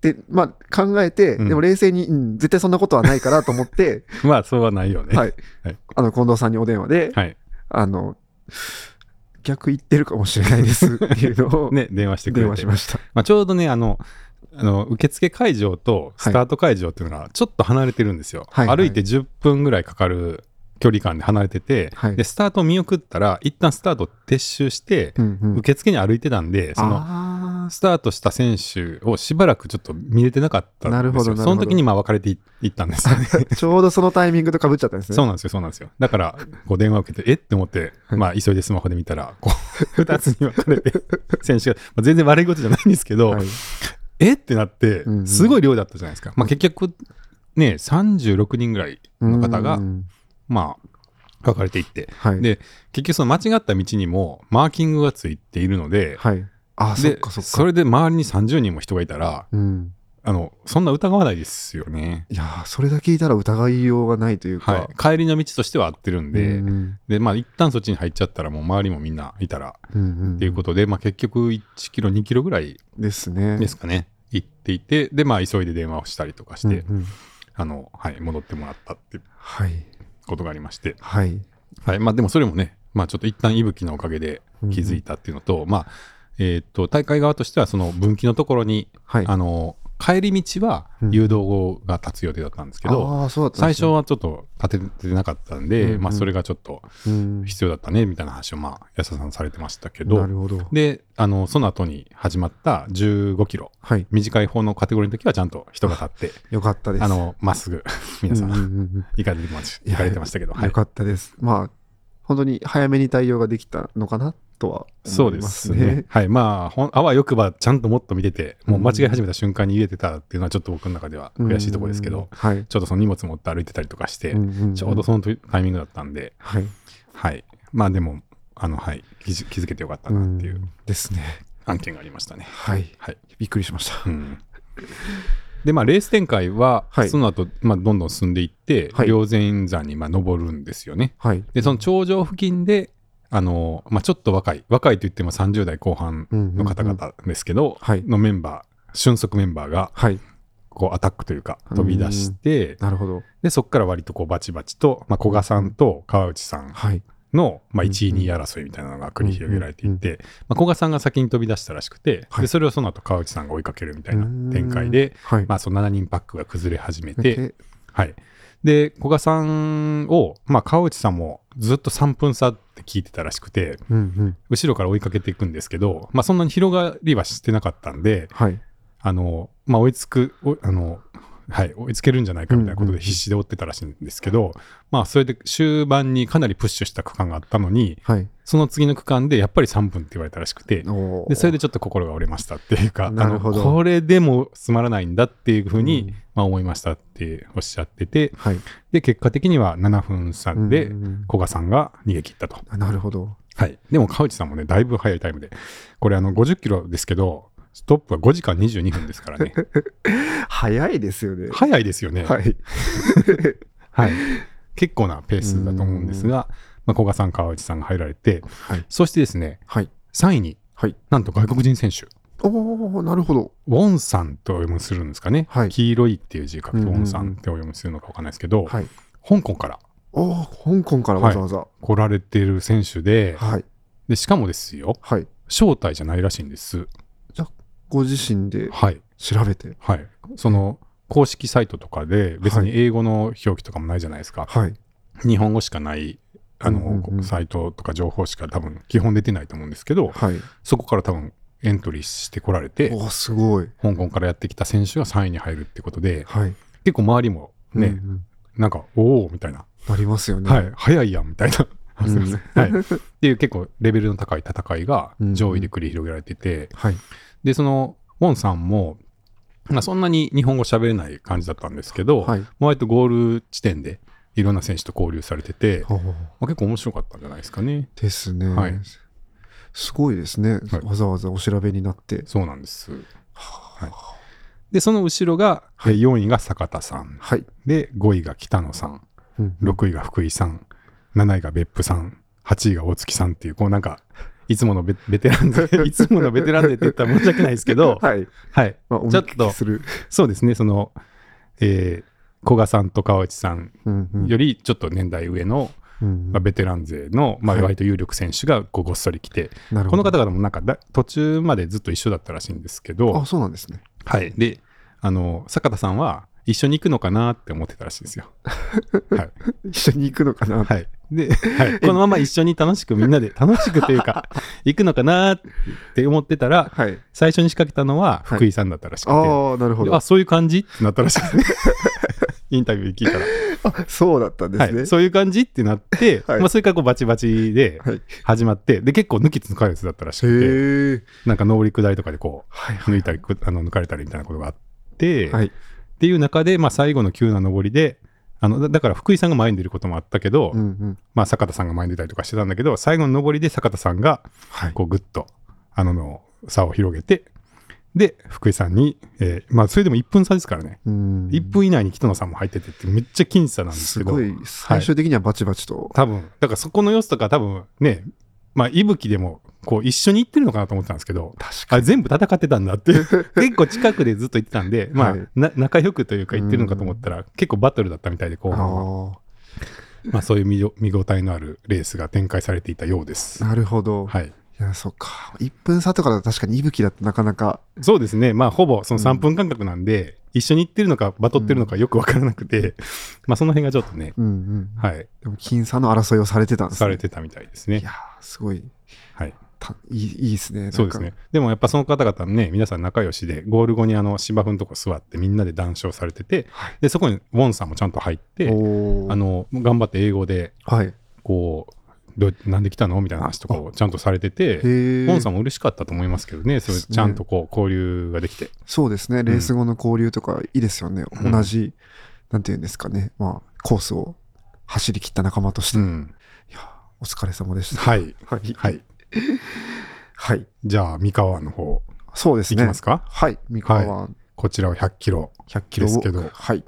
[SPEAKER 1] て、まあ、考えて、
[SPEAKER 2] うん
[SPEAKER 1] でも冷静に、うん、絶対そんなことはないからと思って、
[SPEAKER 2] まあそうはないよね
[SPEAKER 1] はい
[SPEAKER 2] はい。
[SPEAKER 1] あの、近藤さんにお電話で、
[SPEAKER 2] はい
[SPEAKER 1] あの、逆言ってるかもしれないですっていうのを、
[SPEAKER 2] ね、電話してくれて
[SPEAKER 1] 電話しました。
[SPEAKER 2] まあ、ちょうどねあのあの受付会場とスタート会場っていうのがちょっと離れてるんですよ、
[SPEAKER 1] はいはい
[SPEAKER 2] 歩いて10分ぐらいかかる距離感で離れてて、
[SPEAKER 1] はい
[SPEAKER 2] でスタートを見送ったら一旦スタートを撤収して、
[SPEAKER 1] うんうん
[SPEAKER 2] 受付に歩いてたんでその
[SPEAKER 1] あー
[SPEAKER 2] スタートした選手をしばらくちょっと見れてなかったんですよ
[SPEAKER 1] なるほどなるほど
[SPEAKER 2] その時にまあ別れていいったんですよね
[SPEAKER 1] ちょうど そのタイミングとかぶっちゃったんですね。
[SPEAKER 2] そうなんですよそうなんですよだからこう電話を受けてえって思って、
[SPEAKER 1] はい
[SPEAKER 2] まあ、急いでスマホで見たらこう2 つに分かれて選手が、まあ、全然悪いことじゃないんですけど、
[SPEAKER 1] はい
[SPEAKER 2] えってなって
[SPEAKER 1] うんう、ん
[SPEAKER 2] すごい量だったじゃないですか。まあ結局、ね、36人ぐらいの方が
[SPEAKER 1] う、ん
[SPEAKER 2] まあ、分かれていって、
[SPEAKER 1] はい。
[SPEAKER 2] で、結局その間違った道にもマーキングがついているので、
[SPEAKER 1] はい。あー、そっ
[SPEAKER 2] で
[SPEAKER 1] かそっか。
[SPEAKER 2] れで周りに30人も人がいたら、
[SPEAKER 1] うん
[SPEAKER 2] あのそんな疑わないですよね。
[SPEAKER 1] いやーそれだけ聞いたら疑いようがないというか、
[SPEAKER 2] はい、帰りの道としては合ってるんで、
[SPEAKER 1] うん
[SPEAKER 2] でまあ一旦そっちに入っちゃったらもう周りもみんないたら
[SPEAKER 1] うんうん
[SPEAKER 2] っていうことで、まあ、結局1キロ2キロぐらい
[SPEAKER 1] ですね。
[SPEAKER 2] ですかね行っていてでまあ急いで電話をしたりとかして、
[SPEAKER 1] うんうん
[SPEAKER 2] あのはい、戻ってもらったっていう
[SPEAKER 1] はい
[SPEAKER 2] ことがありまして、
[SPEAKER 1] はい、
[SPEAKER 2] はいまあ、でもそれもね、まあ、ちょっと一旦息吹のおかげで気づい
[SPEAKER 1] て、
[SPEAKER 2] たっていうのと,、まあえーっと大会側としてはその分岐のところに
[SPEAKER 1] はい、
[SPEAKER 2] あの帰り道は
[SPEAKER 1] うん
[SPEAKER 2] 誘導が立つ予定だったんですけど、
[SPEAKER 1] あーそうだったん
[SPEAKER 2] 最
[SPEAKER 1] です
[SPEAKER 2] 初
[SPEAKER 1] ね
[SPEAKER 2] はちょっと立ててなかったんで、
[SPEAKER 1] うんうん
[SPEAKER 2] まあ、それがちょっと
[SPEAKER 1] うん
[SPEAKER 2] 必要だったねみたいな話を、まあ、安田さんされてましたけど
[SPEAKER 1] なるほど。
[SPEAKER 2] であのその後に始まった15キロ
[SPEAKER 1] はい、
[SPEAKER 2] 短い方のカテゴリーの時はちゃんと人が立って
[SPEAKER 1] よかったです。
[SPEAKER 2] あのまっすぐ皆さん、
[SPEAKER 1] うんうんうん
[SPEAKER 2] 行かれてまし行かれてましたけど、
[SPEAKER 1] うん
[SPEAKER 2] はい
[SPEAKER 1] よかったです。まあ、本当に早めに対応ができたのかなとは
[SPEAKER 2] そう
[SPEAKER 1] 思
[SPEAKER 2] で
[SPEAKER 1] います
[SPEAKER 2] す
[SPEAKER 1] ね。
[SPEAKER 2] ね。はい。まあ、ほんあわよくばちゃんともっと見てて、もう間違い始めた瞬間に入れてたっていうのはちょっと僕の中では 悔しいところですけど、
[SPEAKER 1] うんはい。
[SPEAKER 2] ちょっとその荷物持って歩いてたりとかして、
[SPEAKER 1] んんん
[SPEAKER 2] ちょうどそのとタイミングだったんで、
[SPEAKER 1] はい。
[SPEAKER 2] はい。まあでも、あの、はい。気づ気づけてよかったなっていうん
[SPEAKER 1] ですね。
[SPEAKER 2] 案件がありましたね。
[SPEAKER 1] はい。
[SPEAKER 2] はい。
[SPEAKER 1] びっくりしました。
[SPEAKER 2] うんで、まあ、レース展開は、
[SPEAKER 1] はい
[SPEAKER 2] その後、まあ、どんどん進んでいって、
[SPEAKER 1] はい
[SPEAKER 2] 霊山山に、まあ、登るんですよね。
[SPEAKER 1] はい。
[SPEAKER 2] でその頂上付近であの、まあ、ちょっと若い若いといっても30代後半
[SPEAKER 1] の
[SPEAKER 2] の方々ですけど、
[SPEAKER 1] はい
[SPEAKER 2] のメンバー俊足メンバーが
[SPEAKER 1] はい。
[SPEAKER 2] こうアタックというか飛び出して
[SPEAKER 1] なるほど。
[SPEAKER 2] でそこから割とこうバチバチと、まあ、古賀さんと川内さん
[SPEAKER 1] はい。
[SPEAKER 2] の、まあ、
[SPEAKER 1] うん
[SPEAKER 2] 1位2位争いみたいなのが繰り広げられていて、
[SPEAKER 1] う
[SPEAKER 2] まあ、古賀さんが先に飛び出したらしくて、
[SPEAKER 1] はい
[SPEAKER 2] でそれをその後川内さんが追いかけるみたいな展開で、
[SPEAKER 1] はい。
[SPEAKER 2] まあ、その7人パックが崩れ始めて、
[SPEAKER 1] で、
[SPEAKER 2] はい。で、古賀さんを、まあ、川内さんもずっと3分差って聞いてたらしくて、
[SPEAKER 1] うんうん。
[SPEAKER 2] 後ろから追いかけていくんですけど、まあ、そんなに広がりはしてなかったんで、
[SPEAKER 1] はい。
[SPEAKER 2] あの、まあ、追いつく、おあの、はい、追いつけるんじゃないかみたいなこと
[SPEAKER 1] うんうんう
[SPEAKER 2] で
[SPEAKER 1] ん
[SPEAKER 2] 必死で追ってたらしいんですけど、まあ、それで終盤にかなりプッシュした区間があったのに、
[SPEAKER 1] はい。
[SPEAKER 2] その次の区間でやっぱり3分って言われたらしくて、
[SPEAKER 1] おー
[SPEAKER 2] でそれでちょっと心が折れましたっていうか、あ
[SPEAKER 1] なる
[SPEAKER 2] の
[SPEAKER 1] ほど
[SPEAKER 2] これでもつまらないんだっていうふうに、
[SPEAKER 1] うん
[SPEAKER 2] まあ、思いましたっておっしゃってて、
[SPEAKER 1] はい。
[SPEAKER 2] で、結果的には7分差で
[SPEAKER 1] うん、うん
[SPEAKER 2] 古賀さんが逃げ切ったと。
[SPEAKER 1] うんなるほど。
[SPEAKER 2] はい。でも、川内さんもね、だいぶ早いタイムで、これ、あの、50キロですけど、トップは5時間22分ですから ね。
[SPEAKER 1] 早いですよね。
[SPEAKER 2] 早いですよね。
[SPEAKER 1] はい。
[SPEAKER 2] はい結構なペースだと思うんですが、まあ、古賀さん、川内さんが入られて、
[SPEAKER 1] はい。
[SPEAKER 2] そしてですね、
[SPEAKER 1] はい。
[SPEAKER 2] 3位に、
[SPEAKER 1] はい
[SPEAKER 2] なんと外国人選手、
[SPEAKER 1] おおなるほど。
[SPEAKER 2] ウォンさんとお読みするんですかね。
[SPEAKER 1] はい
[SPEAKER 2] 黄色いっていう字書くと、
[SPEAKER 1] う
[SPEAKER 2] ウ
[SPEAKER 1] んうんうん
[SPEAKER 2] ォンさんってお読みするのかわかんないですけど、
[SPEAKER 1] はい。
[SPEAKER 2] 香港から
[SPEAKER 1] おお香港からわざわざ。
[SPEAKER 2] 来られてる選手で、
[SPEAKER 1] はい。
[SPEAKER 2] でしかもですよ、
[SPEAKER 1] はい。
[SPEAKER 2] 招待じゃないらしいんです。
[SPEAKER 1] ご自身で
[SPEAKER 2] はい。
[SPEAKER 1] 調べて。
[SPEAKER 2] はい。その、公式サイトとかで、別に
[SPEAKER 1] は
[SPEAKER 2] 英語の表記とかもないじゃないですか。
[SPEAKER 1] はい。
[SPEAKER 2] 日本語しかない、あの、
[SPEAKER 1] うんうんうん
[SPEAKER 2] サイトとか情報しか多分、基本出てないと思うんですけど、
[SPEAKER 1] はい。
[SPEAKER 2] そこから多分、エントリーしてこられて、
[SPEAKER 1] おおすごい。
[SPEAKER 2] 香港からやってきた選手が3位に入るってことで、
[SPEAKER 1] はい。
[SPEAKER 2] 結構周りもね、
[SPEAKER 1] うんうん
[SPEAKER 2] なんか、おおみたいな、
[SPEAKER 1] なりますよね。
[SPEAKER 2] はい、早いやん、みたいな。
[SPEAKER 1] うん
[SPEAKER 2] すいません はい、っていう結構レベルの高い戦いが上位で繰り広げられてて、
[SPEAKER 1] はい。
[SPEAKER 2] でそのウォンさんも、まあ、そんなに日本語喋れない感じだったんですけど、
[SPEAKER 1] はい。
[SPEAKER 2] 割とゴール地点でいろんな選手と交流されてて、
[SPEAKER 1] ほうほう
[SPEAKER 2] まあ、結構面白かったんじゃないですかね。
[SPEAKER 1] ですね。
[SPEAKER 2] はい
[SPEAKER 1] すごいですね、
[SPEAKER 2] はい
[SPEAKER 1] わざわざお調べになって。
[SPEAKER 2] そうなんです。はいでその後ろが、え4位が坂田さん
[SPEAKER 1] はい。
[SPEAKER 2] で5位が北野さん
[SPEAKER 1] うん
[SPEAKER 2] 6位が福井さん7位が別府さん8位が大月さんっていうこうなんかいつものベベテランで いつものベテランでって言ったら申し訳ないですけ ど、
[SPEAKER 1] はい。
[SPEAKER 2] はい、
[SPEAKER 1] まあ、お
[SPEAKER 2] ちょ
[SPEAKER 1] 見
[SPEAKER 2] っ
[SPEAKER 1] か
[SPEAKER 2] と
[SPEAKER 1] けする。
[SPEAKER 2] そうですねその、えー古賀さんと川内さん
[SPEAKER 1] うんうん
[SPEAKER 2] よりちょっと年代上の、
[SPEAKER 1] うん
[SPEAKER 2] まあ、ベテラン勢の、まあ、
[SPEAKER 1] はい
[SPEAKER 2] 割と有力選手がこうごっそり来て、
[SPEAKER 1] なる
[SPEAKER 2] こ
[SPEAKER 1] ほ
[SPEAKER 2] の
[SPEAKER 1] ど
[SPEAKER 2] 方々もなんかだ途中までずっと一緒だったらしいんですけど
[SPEAKER 1] あ、、そうなんですね。
[SPEAKER 2] はい、であの坂田さんは一緒に行くのかなって思ってたらしいんで すよ。はい
[SPEAKER 1] 一緒に行くのかな。
[SPEAKER 2] はい、で、はい、 このまま一緒に楽しくみんなで楽しくというか行くのかなって思ってたら
[SPEAKER 1] はい。
[SPEAKER 2] 最初に仕掛けたのは福井さんだったらしくて、
[SPEAKER 1] ああ、なるほ
[SPEAKER 2] で
[SPEAKER 1] ど。
[SPEAKER 2] あ
[SPEAKER 1] あ、
[SPEAKER 2] そういう感じってなった らしいですね。インタビューで聞いたら。
[SPEAKER 1] そうだったんですね。
[SPEAKER 2] はい、そういう感じってなって、
[SPEAKER 1] はい
[SPEAKER 2] まあ、それからこうバチバチで
[SPEAKER 1] はい
[SPEAKER 2] 始まって、で結構抜きつ抜かれつだったらしくて
[SPEAKER 1] へえ。
[SPEAKER 2] なんか上り下りとかでこ
[SPEAKER 1] はいう
[SPEAKER 2] 抜いたりくあの抜かれたりみたいなことがあって、
[SPEAKER 1] はい
[SPEAKER 2] っていう中で、まあ、最後の急な上りであのだだから福井さんが前に出ることもあったけど、
[SPEAKER 1] うんうん。
[SPEAKER 2] まあ、坂田さんが前に出たりとかしてたんだけど最後の上りで坂田さんが
[SPEAKER 1] はい。
[SPEAKER 2] こうグッとあのの差を広げてで、福井さんに、えーまあ、それでも1分差ですからね。
[SPEAKER 1] うん
[SPEAKER 2] 1分以内に北野さんも入っててって、めっちゃ僅差なんです
[SPEAKER 1] す
[SPEAKER 2] けど、
[SPEAKER 1] ごい、最終的にはバチバチと。
[SPEAKER 2] 多分、だからそこの様子とか多分ね、まあ、いぶきでも、こう、一緒に行ってるのかなと思ってたんですけど、
[SPEAKER 1] 確
[SPEAKER 2] あ
[SPEAKER 1] か
[SPEAKER 2] れ
[SPEAKER 1] に。
[SPEAKER 2] 全部戦ってたん だっていう結構近くでずっと行ってたんで、まあ、
[SPEAKER 1] はい
[SPEAKER 2] な仲良くというか行ってるのかと思ったら、結構バトルだったみたいで、こう、
[SPEAKER 1] あ
[SPEAKER 2] まあ、そういう見よ見応えのあるレースが展開されていたようです
[SPEAKER 1] あ、。なるほど。
[SPEAKER 2] はい、
[SPEAKER 1] いや、そっか。1分差とかだと確かに息吹だとなかなか。
[SPEAKER 2] そうですね、まあ、ほぼその
[SPEAKER 1] うん
[SPEAKER 2] 3分間隔なんで、一緒に行ってるのか、バトってるのかよく分からなくて、まあ、その辺がちょっとね、
[SPEAKER 1] うんうん。
[SPEAKER 2] はい、
[SPEAKER 1] でも、僅差の争いをされてたんですね。
[SPEAKER 2] されてたみたいですね
[SPEAKER 1] い。やー、すごい、
[SPEAKER 2] はい、
[SPEAKER 1] たいいいいですね。なんか
[SPEAKER 2] そうですね。でもやっぱその方々ね、皆さん仲良しで、ゴール後にあの芝生のとこ座って、みんなで談笑されてて、
[SPEAKER 1] はい
[SPEAKER 2] でそこにウォンさんもちゃんと入って、
[SPEAKER 1] おー
[SPEAKER 2] あの頑張って英語で、
[SPEAKER 1] はい。へ
[SPEAKER 2] こう、どうなんで来たのみたいな話とかをちゃんとされてて、ウ
[SPEAKER 1] え。
[SPEAKER 2] ォンさんも嬉しかったと思いますけどね、それ
[SPEAKER 1] ですね
[SPEAKER 2] ちゃんとこう交流ができて。
[SPEAKER 1] そうですね。レース後の交流とかいいですよね。
[SPEAKER 2] うん
[SPEAKER 1] 同じ、なんていうんですかね。まあ、コースを走り切った仲間として。
[SPEAKER 2] う
[SPEAKER 1] い
[SPEAKER 2] ん
[SPEAKER 1] やー、お疲れ様でした。
[SPEAKER 2] はい。
[SPEAKER 1] はい。
[SPEAKER 2] はい。
[SPEAKER 1] はい。
[SPEAKER 2] じゃあ、三河の方、
[SPEAKER 1] そうです
[SPEAKER 2] いき
[SPEAKER 1] ね
[SPEAKER 2] ま。すか、
[SPEAKER 1] はい。三河は
[SPEAKER 2] こちらは100キロ
[SPEAKER 1] 100キロ
[SPEAKER 2] で
[SPEAKER 1] を
[SPEAKER 2] すけど、
[SPEAKER 1] はい。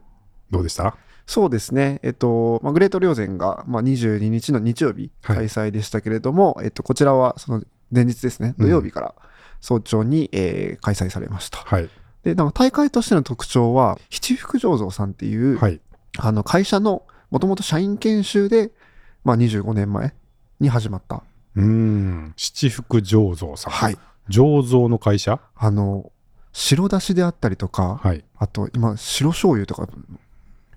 [SPEAKER 2] どうでした
[SPEAKER 1] そうですね、えっとまあ、グレート稜線が、まあ、22日の日曜日
[SPEAKER 2] はい
[SPEAKER 1] 開催でしたけれども、えっと、こちらはその前日ですね、
[SPEAKER 2] うん
[SPEAKER 1] 土曜日から早朝に、えー開催されました。
[SPEAKER 2] はい。
[SPEAKER 1] で、なんか大会としての特徴は、七福醸造さんっていう、
[SPEAKER 2] はい。
[SPEAKER 1] あの会社のもともと社員研修で、まあ、25年前に始まった、
[SPEAKER 2] うーん。七福醸造さん。
[SPEAKER 1] はい、
[SPEAKER 2] 醸造の会社
[SPEAKER 1] あの白だしであったりとか、
[SPEAKER 2] はい。
[SPEAKER 1] あと今、白醤油とか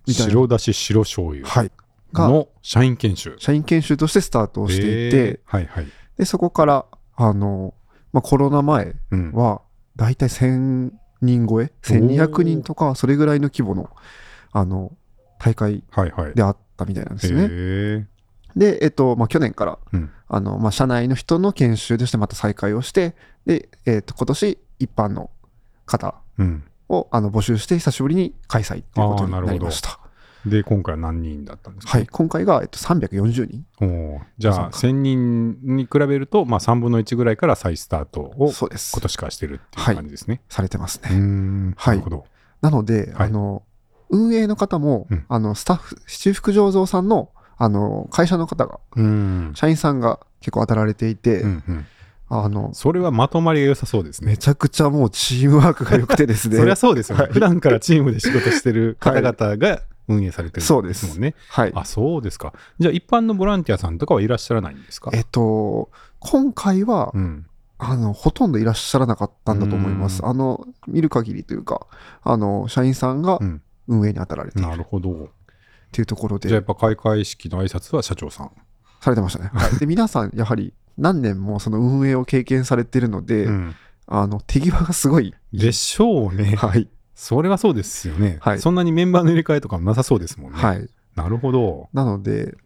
[SPEAKER 1] みたいな、
[SPEAKER 2] 白だし白醤油
[SPEAKER 1] はい、が
[SPEAKER 2] の社員研修。
[SPEAKER 1] 社員研修としてスタートをしていて、
[SPEAKER 2] えーはいはい。
[SPEAKER 1] で、そこから、あの、まあ、コロナ前
[SPEAKER 2] うん。
[SPEAKER 1] は、だいたい1000人超え、1200人とか、それぐらいの規模の、あの、大会
[SPEAKER 2] はいはい。
[SPEAKER 1] であったみたいなんですね。
[SPEAKER 2] えー
[SPEAKER 1] で、えっと、まあ、去年から、
[SPEAKER 2] うん
[SPEAKER 1] あの、まあ、社内の人の研修としてまた再開をして、で、えっと、今年、一般の方
[SPEAKER 2] うん。
[SPEAKER 1] を、あの、募集して、久しぶりに開催ということに
[SPEAKER 2] あーなるほど
[SPEAKER 1] なりました。
[SPEAKER 2] で、今回は何人だったんですか
[SPEAKER 1] はい、今回が、えっと、340人。
[SPEAKER 2] おーじゃ
[SPEAKER 1] そう
[SPEAKER 2] あ、
[SPEAKER 1] か
[SPEAKER 2] 1000人に比べると、まあ、3分の1ぐらいから再スタートを
[SPEAKER 1] そうです
[SPEAKER 2] 今。年からしてるっていう感 じですね。
[SPEAKER 1] されてますね。
[SPEAKER 2] うーん。
[SPEAKER 1] はい
[SPEAKER 2] なるほど。
[SPEAKER 1] なので、
[SPEAKER 2] はい
[SPEAKER 1] あの運営の方も、
[SPEAKER 2] うん
[SPEAKER 1] あのスタッフ七福醸造さんのあの会社の方が
[SPEAKER 2] うーん。
[SPEAKER 1] 社員さんが結構当たられていて、
[SPEAKER 2] うんうん。
[SPEAKER 1] あの
[SPEAKER 2] それはまとまりが良さそうです
[SPEAKER 1] め
[SPEAKER 2] ね。
[SPEAKER 1] ちゃくちゃもうチームワークが良くてですね
[SPEAKER 2] そりゃそうですよね、
[SPEAKER 1] はい
[SPEAKER 2] 普段からチームで仕事してる方々が運営されてる
[SPEAKER 1] そ
[SPEAKER 2] ん
[SPEAKER 1] うです
[SPEAKER 2] もんね。
[SPEAKER 1] はい
[SPEAKER 2] あ、そうですか。じゃあ一般のボランティアさんとかはいらっしゃらないんですか
[SPEAKER 1] えっと今回は、
[SPEAKER 2] うん。
[SPEAKER 1] あのほとんどいらっしゃらなかったんだと思います
[SPEAKER 2] うん
[SPEAKER 1] あの見る限りというかあの社員さんが
[SPEAKER 2] うん
[SPEAKER 1] 運営に当たられている
[SPEAKER 2] なるほど。
[SPEAKER 1] っていうところで、
[SPEAKER 2] じゃあやっぱ開会式の挨拶は社長さん。
[SPEAKER 1] されてましたね、はいで皆さんやはり何年もその運営を経験されてるので、
[SPEAKER 2] うん
[SPEAKER 1] あの手際がすごい、
[SPEAKER 2] でしょうね。
[SPEAKER 1] はい
[SPEAKER 2] それはそうですよね、
[SPEAKER 1] はい
[SPEAKER 2] そんなにメンバーの入れ替えとかもなさそうですもんね。
[SPEAKER 1] はい、
[SPEAKER 2] なるほど。
[SPEAKER 1] なので、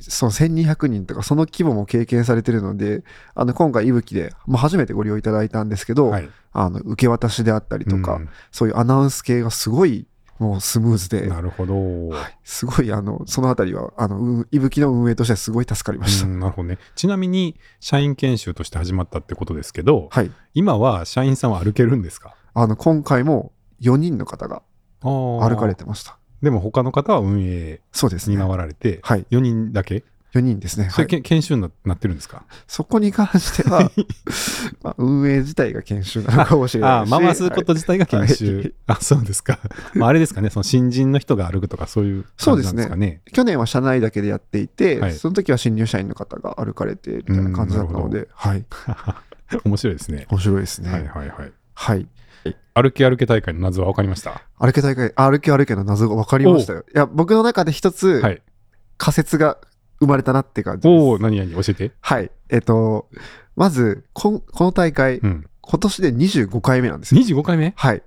[SPEAKER 1] その1200人とか、その規模も経験されてるので、あの今回、いぶきで、まあ、初めてご利用いただいたんですけど、
[SPEAKER 2] はい。
[SPEAKER 1] あの受け渡しであったりとか、
[SPEAKER 2] うん
[SPEAKER 1] そういうアナウンス系がすごいもうスムーズで、
[SPEAKER 2] なるほど。
[SPEAKER 1] はいすごいあのそのあたりはあの、うんいぶきの運営としてはすごい助かりました。
[SPEAKER 2] うんなるほどね。ちなみに、社員研修として始まったってことですけど、
[SPEAKER 1] はい、
[SPEAKER 2] 今は社員さんは歩けるんですか
[SPEAKER 1] あの今回も4人の方が
[SPEAKER 2] 歩
[SPEAKER 1] 歩かれてました。
[SPEAKER 2] でも他の方は運営
[SPEAKER 1] そうです
[SPEAKER 2] に
[SPEAKER 1] ね。
[SPEAKER 2] 回
[SPEAKER 1] は
[SPEAKER 2] られ
[SPEAKER 1] い、
[SPEAKER 2] て、4人だけ、
[SPEAKER 1] 4人ですね。
[SPEAKER 2] そ
[SPEAKER 1] は
[SPEAKER 2] れ
[SPEAKER 1] い、
[SPEAKER 2] け研修にななってるんですか
[SPEAKER 1] そこに関して は、まあ、運営自体が研修なのかもしれ
[SPEAKER 2] あ
[SPEAKER 1] な
[SPEAKER 2] あ
[SPEAKER 1] いし。
[SPEAKER 2] 回すこと自体が研修、
[SPEAKER 1] はい
[SPEAKER 2] あそうですか、まあ、あれですかねその新人の人が歩くとかそういう感じなんですかね
[SPEAKER 1] 去年は社内だけでやっていて、
[SPEAKER 2] はい
[SPEAKER 1] その時は新入社員の方が歩かれてみたいな感じだったの
[SPEAKER 2] うんな
[SPEAKER 1] で、はい、
[SPEAKER 2] 面白いですね
[SPEAKER 1] 面白いですね。は
[SPEAKER 2] はい
[SPEAKER 1] い、
[SPEAKER 2] はいはい歩き歩け大会の謎は分かりました
[SPEAKER 1] 歩け大会、歩け歩けの謎が分かりましたよ。いや、僕の中で一つ
[SPEAKER 2] はい
[SPEAKER 1] 仮説が生まれたなって感じです。
[SPEAKER 2] おお何々教えて
[SPEAKER 1] はい、えっ、と、まずこん、この大会、
[SPEAKER 2] うん
[SPEAKER 1] 今年で25回目なんですよ。
[SPEAKER 2] 25回目
[SPEAKER 1] はい、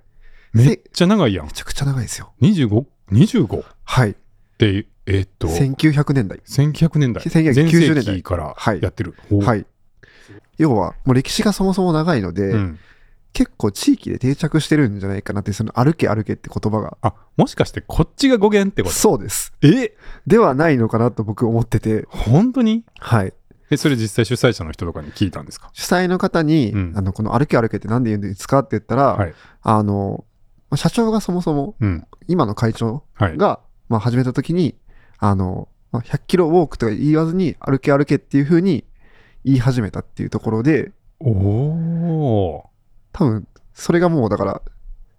[SPEAKER 2] めっちゃ長いやん
[SPEAKER 1] めちゃくちゃ長いですよ。
[SPEAKER 2] 2525っ
[SPEAKER 1] はい、
[SPEAKER 2] てえーっと
[SPEAKER 1] 1900年代。
[SPEAKER 2] 1900年
[SPEAKER 1] 1990
[SPEAKER 2] 代前
[SPEAKER 1] 年代
[SPEAKER 2] 世紀から
[SPEAKER 1] はい
[SPEAKER 2] やってる、おー
[SPEAKER 1] はい。要は、もう歴史がそもそも長いので、
[SPEAKER 2] うん
[SPEAKER 1] 結構地域で定着してるんじゃないかなって、その歩け歩けって言葉が。
[SPEAKER 2] あもしかしてこっちが語源ってこと
[SPEAKER 1] そうです。
[SPEAKER 2] え
[SPEAKER 1] ではないのかなと僕思ってて、
[SPEAKER 2] 本当に
[SPEAKER 1] はい。
[SPEAKER 2] えそれ実際主催者の人とかに聞いたんですか
[SPEAKER 1] 主催の方に、
[SPEAKER 2] うん
[SPEAKER 1] あのこの歩け歩けってなんで言うんですかって言ったら、
[SPEAKER 2] はい
[SPEAKER 1] あのまあ社長がそもそも
[SPEAKER 2] うん
[SPEAKER 1] 今の会長
[SPEAKER 2] はい
[SPEAKER 1] が、まあ、始めた時にあの、まあ、100キロウォークとか言わずに歩け歩けっていう風に言い始めたっていうところで
[SPEAKER 2] おお
[SPEAKER 1] 多分それがもうだから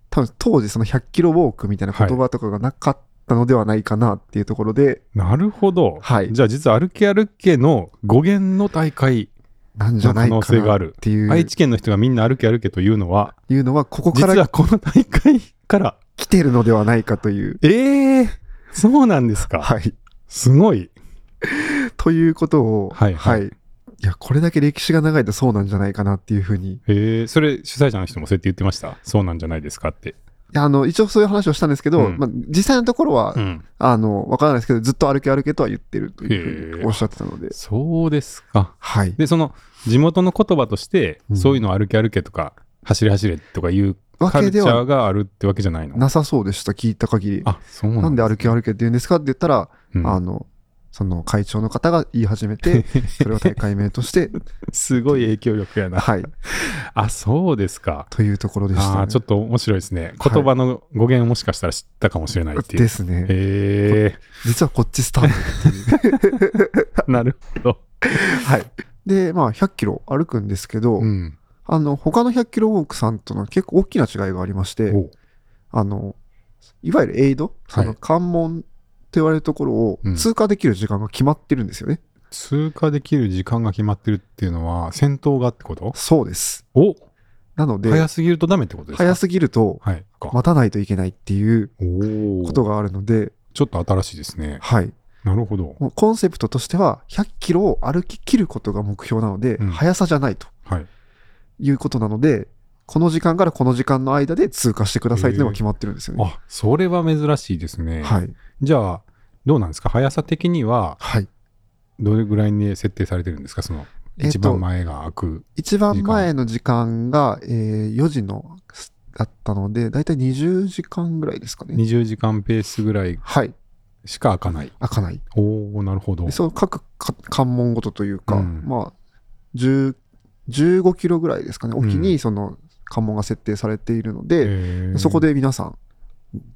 [SPEAKER 1] 多分当時その100キロウォークみたいな言葉とかがなかったのではないかなっていうところで、
[SPEAKER 2] ーなるほど、
[SPEAKER 1] はい
[SPEAKER 2] じゃあ実は歩け歩けの語源の大会
[SPEAKER 1] なんじゃ
[SPEAKER 2] の
[SPEAKER 1] な
[SPEAKER 2] 可
[SPEAKER 1] いか
[SPEAKER 2] 能性が
[SPEAKER 1] な
[SPEAKER 2] あ
[SPEAKER 1] っ
[SPEAKER 2] る
[SPEAKER 1] ていう
[SPEAKER 2] 愛知県の人がみんな歩け歩けというのは
[SPEAKER 1] いうのはここか
[SPEAKER 2] 実
[SPEAKER 1] ら
[SPEAKER 2] はこの大会から
[SPEAKER 1] 来てるのではないかという。
[SPEAKER 2] ええー、そうなんですか、
[SPEAKER 1] はい、
[SPEAKER 2] すごい
[SPEAKER 1] ということを、
[SPEAKER 2] はいはい
[SPEAKER 1] いやこれだけ歴史が長いとそうなんじゃないかなっていうふうにい
[SPEAKER 2] えー、それ主催者の人もそうやって言ってましたそうなんじゃないですかって、
[SPEAKER 1] やあの一応そういう話をしたんですけど、
[SPEAKER 2] うん
[SPEAKER 1] まあ、実際のところは、
[SPEAKER 2] うん、
[SPEAKER 1] あの分からないですけどずっと歩け歩けとは言ってるというふう
[SPEAKER 2] へ
[SPEAKER 1] に
[SPEAKER 2] え
[SPEAKER 1] おっしゃってたので、
[SPEAKER 2] そうですか
[SPEAKER 1] はい、
[SPEAKER 2] でその地元の言葉として、
[SPEAKER 1] うん
[SPEAKER 2] そういうの歩け歩けとか走れ走れとかいう
[SPEAKER 1] わ
[SPEAKER 2] カ
[SPEAKER 1] け
[SPEAKER 2] ルチ
[SPEAKER 1] で
[SPEAKER 2] ャ
[SPEAKER 1] は
[SPEAKER 2] ーがあるってわけじゃないの
[SPEAKER 1] なさそうでした聞いた限り。
[SPEAKER 2] あそう
[SPEAKER 1] な
[SPEAKER 2] なん
[SPEAKER 1] んで歩け歩けって言うんですかって言ったら、
[SPEAKER 2] うん
[SPEAKER 1] あのその会長の方が言い始め てそれを大会名として、
[SPEAKER 2] すごい影響力やな
[SPEAKER 1] はい、
[SPEAKER 2] あそうですか
[SPEAKER 1] というところでした、
[SPEAKER 2] あ
[SPEAKER 1] ね。
[SPEAKER 2] ーちょっと面白いですね言葉の語源をもしかしたら知ったかもしれないっていう、
[SPEAKER 1] ですね。
[SPEAKER 2] へ
[SPEAKER 1] 実はこっちスタートっていう
[SPEAKER 2] え なるほど、
[SPEAKER 1] はい。で、まあ、100キロ歩くんですけど、
[SPEAKER 2] うん、
[SPEAKER 1] あの、他の100キロウォークさんとの結構大きな違いがありまして、
[SPEAKER 2] お
[SPEAKER 1] あの、いわゆるエイド、その関門と言われるところを
[SPEAKER 2] うん
[SPEAKER 1] 通過できる時間が決まってるんですよね。
[SPEAKER 2] 通過できる時間が決まってるっていうのは戦闘がってこと
[SPEAKER 1] そうです。
[SPEAKER 2] お
[SPEAKER 1] なので、
[SPEAKER 2] 早すぎるとダメってことですか
[SPEAKER 1] 早すぎると
[SPEAKER 2] はいか、
[SPEAKER 1] 待たないといけないっていう
[SPEAKER 2] おお
[SPEAKER 1] ことがあるので、
[SPEAKER 2] ちょっと新しいですね
[SPEAKER 1] はい。
[SPEAKER 2] なるほど
[SPEAKER 1] もうコンセプトとしては、100キロを歩き切ることが目標なので、
[SPEAKER 2] うん
[SPEAKER 1] 速さじゃないと
[SPEAKER 2] はい
[SPEAKER 1] いうことなので、この時間からこの時間の間で通過してくださいっていうのが決まってるんですよね。
[SPEAKER 2] あそれは珍しいですね、
[SPEAKER 1] はい。
[SPEAKER 2] じゃあどうなんですか速さ的には
[SPEAKER 1] はい。
[SPEAKER 2] どれぐらいに設定されてるんですかその
[SPEAKER 1] えっと
[SPEAKER 2] 一番前が開く、
[SPEAKER 1] 一番前の時間が、えー4時のだったので、だいたい20時間ぐらいですかね。
[SPEAKER 2] 20時間ペースぐらい
[SPEAKER 1] はい。
[SPEAKER 2] しか開かない
[SPEAKER 1] 開かない。
[SPEAKER 2] おおなるほど
[SPEAKER 1] でそう、各か関門ごとというか、
[SPEAKER 2] うん
[SPEAKER 1] まあ、10 15キロぐらいですかね、沖
[SPEAKER 2] う
[SPEAKER 1] に
[SPEAKER 2] ん
[SPEAKER 1] その関門が設定されているので、
[SPEAKER 2] へー
[SPEAKER 1] そこで皆さん、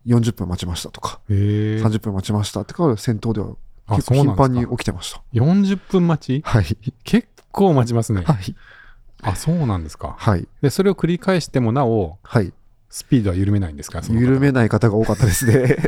[SPEAKER 1] 40分待ちましたとか、
[SPEAKER 2] へー
[SPEAKER 1] 30分待ちましたってか、戦闘では
[SPEAKER 2] あ
[SPEAKER 1] 結
[SPEAKER 2] そ
[SPEAKER 1] 構
[SPEAKER 2] う
[SPEAKER 1] 頻
[SPEAKER 2] なん
[SPEAKER 1] 繁に
[SPEAKER 2] です
[SPEAKER 1] 起
[SPEAKER 2] か
[SPEAKER 1] きてました。
[SPEAKER 2] 40分待ち
[SPEAKER 1] はい。
[SPEAKER 2] 結構待ちますね
[SPEAKER 1] はい。
[SPEAKER 2] あそうなんですか
[SPEAKER 1] はい。
[SPEAKER 2] でそれを繰り返してもなお
[SPEAKER 1] はい。
[SPEAKER 2] スピードは緩めないんですかその方
[SPEAKER 1] 緩めない方が多かったですね。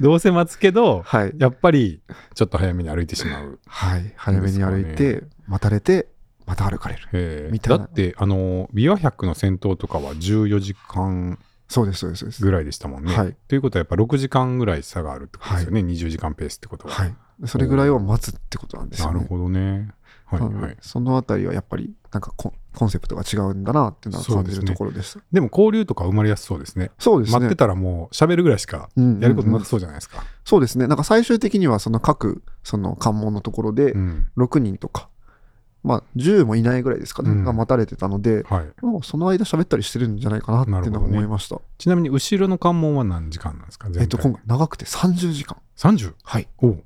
[SPEAKER 2] どうせ待つけど
[SPEAKER 1] はい。
[SPEAKER 2] やっぱりちょっと早めに歩いてしま う
[SPEAKER 1] はい、早めに歩いて、待たれて、また歩かれる。
[SPEAKER 2] へー
[SPEAKER 1] みたいな
[SPEAKER 2] だってあの琵琶百の戦闘とかは14時間
[SPEAKER 1] そうです、そうです、そうです。
[SPEAKER 2] ぐらいでしたもんね、
[SPEAKER 1] はい
[SPEAKER 2] ということはやっぱ6時間ぐらい差があるってことですよね、20時間ペースってことは、
[SPEAKER 1] はい。それぐらいを待つってことなんですよ
[SPEAKER 2] な
[SPEAKER 1] ね。
[SPEAKER 2] るほどねはい
[SPEAKER 1] なの
[SPEAKER 2] は
[SPEAKER 1] で
[SPEAKER 2] い
[SPEAKER 1] そのあたりはやっぱり、なんかコンコンセプトが違うんだなっていうのは感じ
[SPEAKER 2] そうです
[SPEAKER 1] る
[SPEAKER 2] ね
[SPEAKER 1] ところでした。
[SPEAKER 2] でも交流とか生まれやすそうですね
[SPEAKER 1] そうですね。
[SPEAKER 2] 待ってたらもう喋るぐらいしか
[SPEAKER 1] うんうんうん
[SPEAKER 2] やることなさそうじゃないですか、
[SPEAKER 1] そうですね。なんか最終的には、その各、その関門のところで
[SPEAKER 2] うん、
[SPEAKER 1] 6人とか、まあ、10もいないぐらいですかね、
[SPEAKER 2] うん
[SPEAKER 1] が待たれてたので、
[SPEAKER 2] はい、
[SPEAKER 1] もうその間喋ったりしてるんじゃないかなっていうのは思いました。
[SPEAKER 2] ちなみに後ろの関門は何時間なんですか全体
[SPEAKER 1] えっと、今回、長くて30時間。
[SPEAKER 2] 30
[SPEAKER 1] はい。
[SPEAKER 2] おう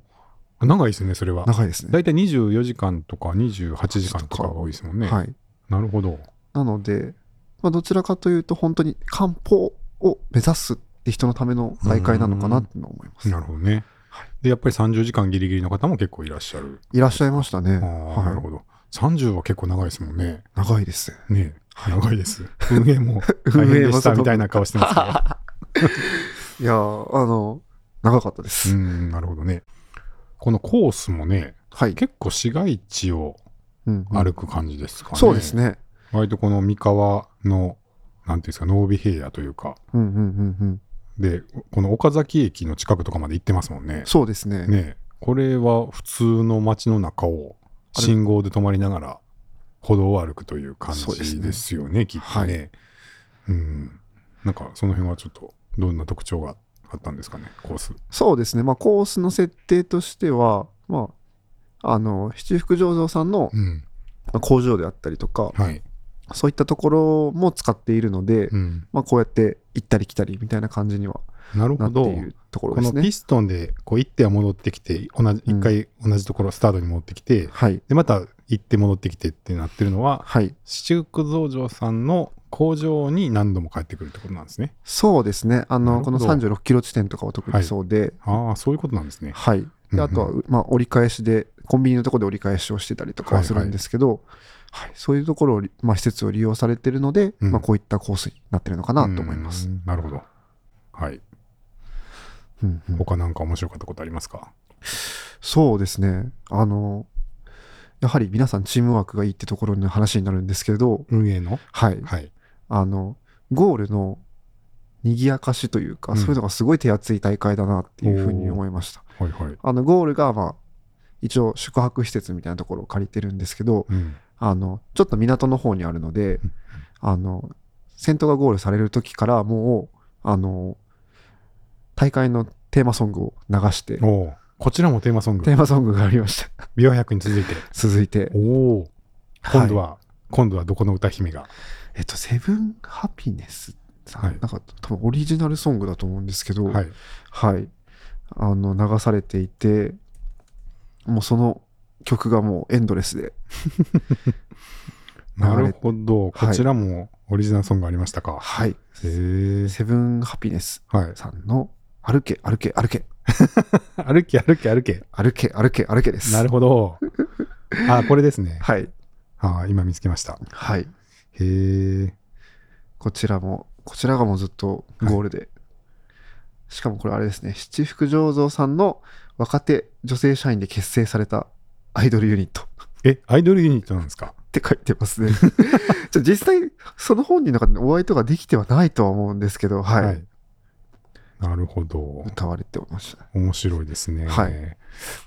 [SPEAKER 2] 長いですねそれは
[SPEAKER 1] 長いですね。
[SPEAKER 2] 大体24時間とか28時間とかが多いですもんね、
[SPEAKER 1] はい。
[SPEAKER 2] なるほど
[SPEAKER 1] なので、まあ、どちらかというと、本当に漢方を目指すって人のための大会なのかなっていうのは思います。
[SPEAKER 2] なるほどねでやっぱり30時間ギリギリの方も結構いらっしゃる
[SPEAKER 1] いらっしゃいましたね。
[SPEAKER 2] ああ、なる
[SPEAKER 1] は
[SPEAKER 2] ほど。30は結構長いですもんね。
[SPEAKER 1] い、長いですね。
[SPEAKER 2] ねえ、長いです。運営も大 変でしたみたいな顔して ますね。
[SPEAKER 1] いやーあの、長かったで
[SPEAKER 2] う
[SPEAKER 1] す。
[SPEAKER 2] ん、なるほどね。このコースもね、
[SPEAKER 1] はい。
[SPEAKER 2] 結構市街地を
[SPEAKER 1] うんうん
[SPEAKER 2] 歩く感じですかね。
[SPEAKER 1] そうです。ね。
[SPEAKER 2] 割とこの三河の、なんていうんですか、濃尾平野というか、
[SPEAKER 1] うんうんうんうん。
[SPEAKER 2] で、この岡崎駅の近くとかまで行ってますもんね。
[SPEAKER 1] そうですね。
[SPEAKER 2] ねえ、これは普通の街の中を信号で止まりながら歩道を歩くという感
[SPEAKER 1] そうです
[SPEAKER 2] じ
[SPEAKER 1] ね
[SPEAKER 2] ですよねきっとね、うんなんかその辺はちょっとどんな特徴があったんですかねコース
[SPEAKER 1] そうですね。まあ、コースの設定としては、まあ、あの七福醸造さんの
[SPEAKER 2] うん
[SPEAKER 1] まあ工場であったりとか、
[SPEAKER 2] はい、
[SPEAKER 1] そういったところも使っているので、
[SPEAKER 2] うん、
[SPEAKER 1] まあ、こうやって行ったり来たりみたいな感じには
[SPEAKER 2] なる
[SPEAKER 1] な
[SPEAKER 2] ほ
[SPEAKER 1] ってい
[SPEAKER 2] ど
[SPEAKER 1] るところ
[SPEAKER 2] こ
[SPEAKER 1] で
[SPEAKER 2] の
[SPEAKER 1] すね
[SPEAKER 2] ピ。ストンでこう一点は戻ってきて同じ
[SPEAKER 1] うん
[SPEAKER 2] 一回同じところスタートに戻ってきて、
[SPEAKER 1] はい。
[SPEAKER 2] でまた行って戻ってきてってなってるのは
[SPEAKER 1] はい。
[SPEAKER 2] 七福増上さんの工場に何度も帰ってくるってことなんですね。
[SPEAKER 1] そうですね。あ
[SPEAKER 2] な
[SPEAKER 1] の、
[SPEAKER 2] る
[SPEAKER 1] こ
[SPEAKER 2] ほ
[SPEAKER 1] の
[SPEAKER 2] ど
[SPEAKER 1] 36キロ地点とかは特にそうで、
[SPEAKER 2] ああそういうことなんですね。
[SPEAKER 1] はい。
[SPEAKER 2] うんう
[SPEAKER 1] で、
[SPEAKER 2] ん
[SPEAKER 1] あとは、まあ、折り返しで、コンビニのところで折り返しをしてたりとかはするんですけど、はいそういうところをり、まあ、施設を利用されてるので、
[SPEAKER 2] うん
[SPEAKER 1] まあ、こういったコースになってるのかなと思います。
[SPEAKER 2] うん。なるほど。はい。
[SPEAKER 1] うんうん
[SPEAKER 2] 他なんか面白かったことありますか
[SPEAKER 1] そうですね。あの、やはり皆さんチームワークがいいってところの話になるんですけど、
[SPEAKER 2] 運営の
[SPEAKER 1] はい。
[SPEAKER 2] はい。
[SPEAKER 1] あの、ゴールの賑やかしというか、
[SPEAKER 2] うん
[SPEAKER 1] そういうのがすごい手厚い大会だなっていうふうに思いました。
[SPEAKER 2] はいはい。
[SPEAKER 1] あの、ゴールが、まあ、一応宿泊施設みたいなところを借りてるんですけど、
[SPEAKER 2] うん。
[SPEAKER 1] あの、ちょっと港の方にあるので
[SPEAKER 2] ん、
[SPEAKER 1] あの、戦闘がゴールされる時からもう、あの、大会のテーマソングを流して、
[SPEAKER 2] おお。こちらもテーマソング
[SPEAKER 1] テ。ーマソングがありました。
[SPEAKER 2] 美容百に続いて。
[SPEAKER 1] 続いて。
[SPEAKER 2] おお。今度は、今度はどこの歌姫が。
[SPEAKER 1] えっと、セブンハピネスさん、
[SPEAKER 2] はい
[SPEAKER 1] なんか多分オリジナルソングだと思うんですけど、
[SPEAKER 2] はい。
[SPEAKER 1] はいあの流されていて、もうその曲がもうエンドレスで、
[SPEAKER 2] なるほど。
[SPEAKER 1] はい
[SPEAKER 2] こちらもオリジナルソングありましたか。
[SPEAKER 1] はい、
[SPEAKER 2] へえ。
[SPEAKER 1] セブンハピネス
[SPEAKER 2] はい。
[SPEAKER 1] さんの歩け、歩け、歩け、
[SPEAKER 2] 歩け歩け
[SPEAKER 1] 歩
[SPEAKER 2] 歩け。
[SPEAKER 1] け、歩け、歩けです。
[SPEAKER 2] なるほど。あ、これですね。
[SPEAKER 1] はい、
[SPEAKER 2] あー今見つけました。
[SPEAKER 1] はい、
[SPEAKER 2] へえ。
[SPEAKER 1] こちらも、こちらがもうずっとゴールで、しかもこれあれですね、七福醸造さんの若手女性社員で結成されたアイドルユニット。
[SPEAKER 2] え、アイドルユニットなんです
[SPEAKER 1] っ
[SPEAKER 2] か
[SPEAKER 1] て書いてますね。ちょ実際、その本人の中でお相手ができてはないとは思うんですけど、はい。
[SPEAKER 2] なるほど。
[SPEAKER 1] 歌われておりました。
[SPEAKER 2] 面白いですね。
[SPEAKER 1] はい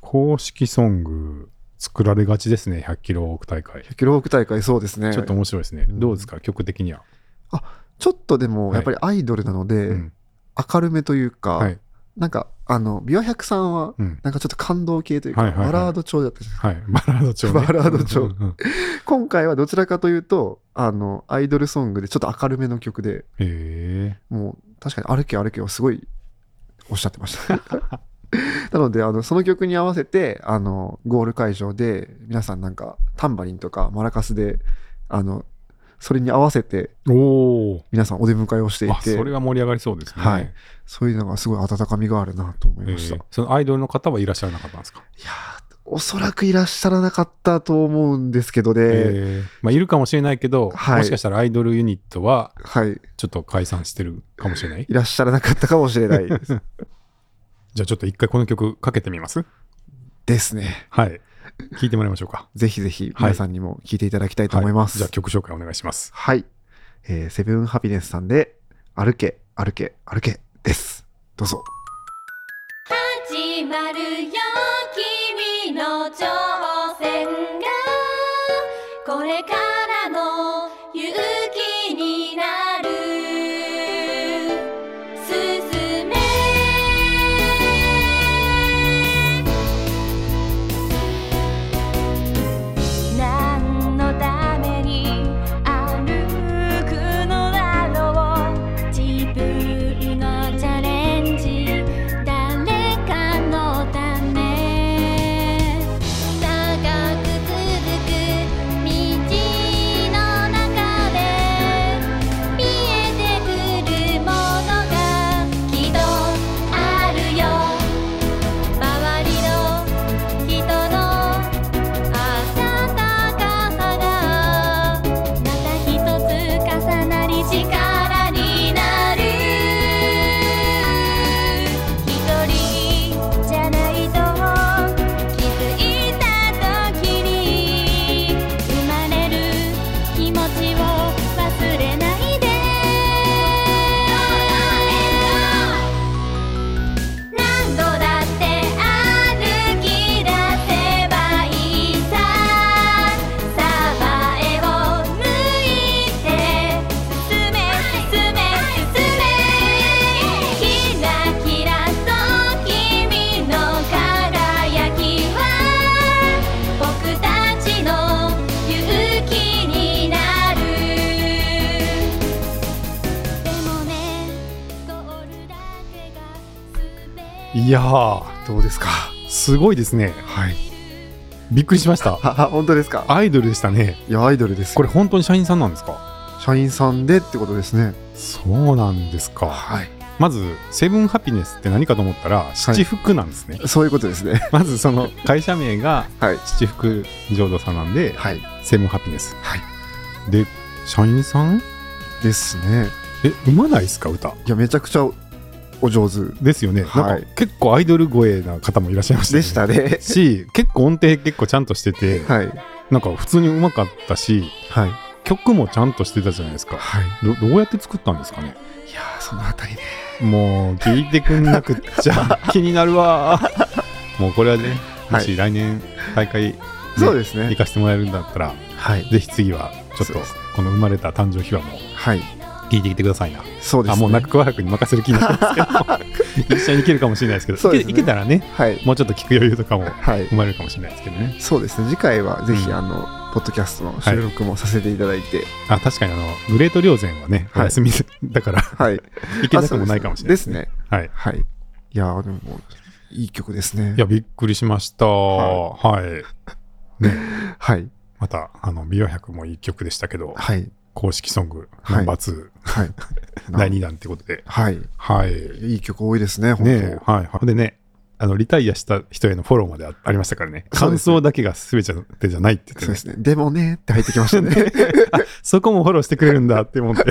[SPEAKER 2] 公式ソング作られがちですね。100キロオーク大会。
[SPEAKER 1] 100キロウォーク大会、そうですね。
[SPEAKER 2] ちょっと面白いですね。
[SPEAKER 1] うん
[SPEAKER 2] どうですか曲的には。
[SPEAKER 1] ちょっとでも、
[SPEAKER 2] はい
[SPEAKER 1] やっぱりアイドルなので、
[SPEAKER 2] うん
[SPEAKER 1] 明るめというか、
[SPEAKER 2] はい。
[SPEAKER 1] なんか、あの、ビワ百さんは、
[SPEAKER 2] うん
[SPEAKER 1] なんかちょっと感動系というか、
[SPEAKER 2] はいはいはい
[SPEAKER 1] バラード調だったじゃないですか。
[SPEAKER 2] はい。 バラード調ね。
[SPEAKER 1] バラード調
[SPEAKER 2] うんうんうん
[SPEAKER 1] 今回はどちらかというと、あの、アイドルソングでちょっと明るめの曲で、
[SPEAKER 2] へえ。
[SPEAKER 1] もう確かに歩け歩けをすごいおっしゃってま した。なのであのその曲に合わせてあのゴール会場で皆さんなんかタンバリンとかマラカスであのそれに合わせて
[SPEAKER 2] おお。
[SPEAKER 1] 皆さんお出迎えをしてい
[SPEAKER 2] あ、
[SPEAKER 1] て
[SPEAKER 2] それは盛り上がりそうですね。
[SPEAKER 1] はいそういうのがすごい温かみがあるなと思いました、
[SPEAKER 2] えーそのアイドルの方はいらっしゃらなかったんですか、
[SPEAKER 1] いやーおそらくいらっしゃらなかったと思うんですけどね、
[SPEAKER 2] えーまあ、いるかもしれないけど、
[SPEAKER 1] はい
[SPEAKER 2] もしかしたらアイドルユニットは
[SPEAKER 1] はい
[SPEAKER 2] ちょっと解散してるかもしれない
[SPEAKER 1] いらっしゃらなかったかもしれないです
[SPEAKER 2] じゃあちょっと一回この曲かけてみます
[SPEAKER 1] です ね
[SPEAKER 2] はい聞いてもらいましょうか
[SPEAKER 1] ぜひぜひ
[SPEAKER 2] はい
[SPEAKER 1] 皆さんにも聞いていただきたいと思います、
[SPEAKER 2] じゃあ曲紹介お願いします
[SPEAKER 1] はい。えーセブンハピネスさんで、歩け、歩け、歩けです。どうぞ。
[SPEAKER 3] 始まるよ君の挑戦がこれからの勇気になる進め何のために歩くのだろう自分のチャレンジ誰かのため
[SPEAKER 2] いやー
[SPEAKER 1] どうですか
[SPEAKER 2] すごいですね
[SPEAKER 1] はい
[SPEAKER 2] びっくりしまし
[SPEAKER 1] は
[SPEAKER 2] た
[SPEAKER 1] は本当ですか
[SPEAKER 2] アイドルでしたね
[SPEAKER 1] いやアイドルですよ
[SPEAKER 2] これ本当に社員さんなんですか
[SPEAKER 1] 社員さんでってことですね
[SPEAKER 2] そうなんですか
[SPEAKER 1] はい
[SPEAKER 2] まずセブンハピネスって何かと思ったら七福なんですね、
[SPEAKER 1] そういうことですね
[SPEAKER 2] まずその会社名が
[SPEAKER 1] はい
[SPEAKER 2] 七福浄土さんなんで、
[SPEAKER 1] はい
[SPEAKER 2] セブンハピネス
[SPEAKER 1] はい
[SPEAKER 2] で社員さん
[SPEAKER 1] ですね
[SPEAKER 2] えうまないですか歌
[SPEAKER 1] いやめちゃくちゃおお上手
[SPEAKER 2] ですよね、
[SPEAKER 1] は
[SPEAKER 2] ないんか結構アイドル声な方もいらっしゃいました、ね、
[SPEAKER 1] でしたね
[SPEAKER 2] し結構音程結構ちゃんとしてて、
[SPEAKER 1] はい
[SPEAKER 2] なんか普通にうまかったし
[SPEAKER 1] はい
[SPEAKER 2] 曲もちゃんとしてたじゃないですか
[SPEAKER 1] はい
[SPEAKER 2] どどうやって作ったんですかね
[SPEAKER 1] いやーそのあたりね
[SPEAKER 2] もう聞いてくんなくっちゃ 気にな るわもうこれはねも
[SPEAKER 1] は
[SPEAKER 2] し来年大会、ね
[SPEAKER 1] そうですね
[SPEAKER 2] 行かせてもらえるんだったら
[SPEAKER 1] はい
[SPEAKER 2] ぜひ次はちょっ
[SPEAKER 1] そう
[SPEAKER 2] と
[SPEAKER 1] です
[SPEAKER 2] この生まれた誕生秘話も
[SPEAKER 1] はい
[SPEAKER 2] 聞いてきてくださいな、
[SPEAKER 1] そうです
[SPEAKER 2] あ
[SPEAKER 1] ね
[SPEAKER 2] もう中川博に任せる気になったんです けど一緒に行けるかもしれないですけど
[SPEAKER 1] そう
[SPEAKER 2] 行
[SPEAKER 1] で
[SPEAKER 2] け
[SPEAKER 1] すね
[SPEAKER 2] いけたらね
[SPEAKER 1] はい
[SPEAKER 2] もうちょっと聞く余裕とかも
[SPEAKER 1] はい
[SPEAKER 2] 生まれるかもしれないですけどね
[SPEAKER 1] そうですね次回はぜひ、
[SPEAKER 2] うん
[SPEAKER 1] あのポッドキャストの収録もさせていただいて
[SPEAKER 2] あ確かにあのグレート稜線はねお休み、だから
[SPEAKER 1] はい、い、
[SPEAKER 2] 行けなくもないかもしれない
[SPEAKER 1] ですね
[SPEAKER 2] はい
[SPEAKER 1] はいいやーでもいい曲ですね
[SPEAKER 2] いや、びっくりしました。はい。ね、
[SPEAKER 1] はい
[SPEAKER 2] また、あの、美容百もいい曲でした けど、
[SPEAKER 1] はい
[SPEAKER 2] 公式ソング、
[SPEAKER 1] はい
[SPEAKER 2] ナンバー2、
[SPEAKER 1] はい
[SPEAKER 2] 第2弾ってことで、
[SPEAKER 1] はい
[SPEAKER 2] はい。
[SPEAKER 1] いい曲多いですね本当
[SPEAKER 2] ねはい。ほんでね、あの、リタイアした人へのフォローまであありましたから ね、
[SPEAKER 1] そうで
[SPEAKER 2] 感
[SPEAKER 1] すね
[SPEAKER 2] 想だけが全てじゃないって言
[SPEAKER 1] そう
[SPEAKER 2] って
[SPEAKER 1] で
[SPEAKER 2] ね、
[SPEAKER 1] すね。でもねって入ってきましたね。
[SPEAKER 2] そこもフォローしてくれるんだって思って、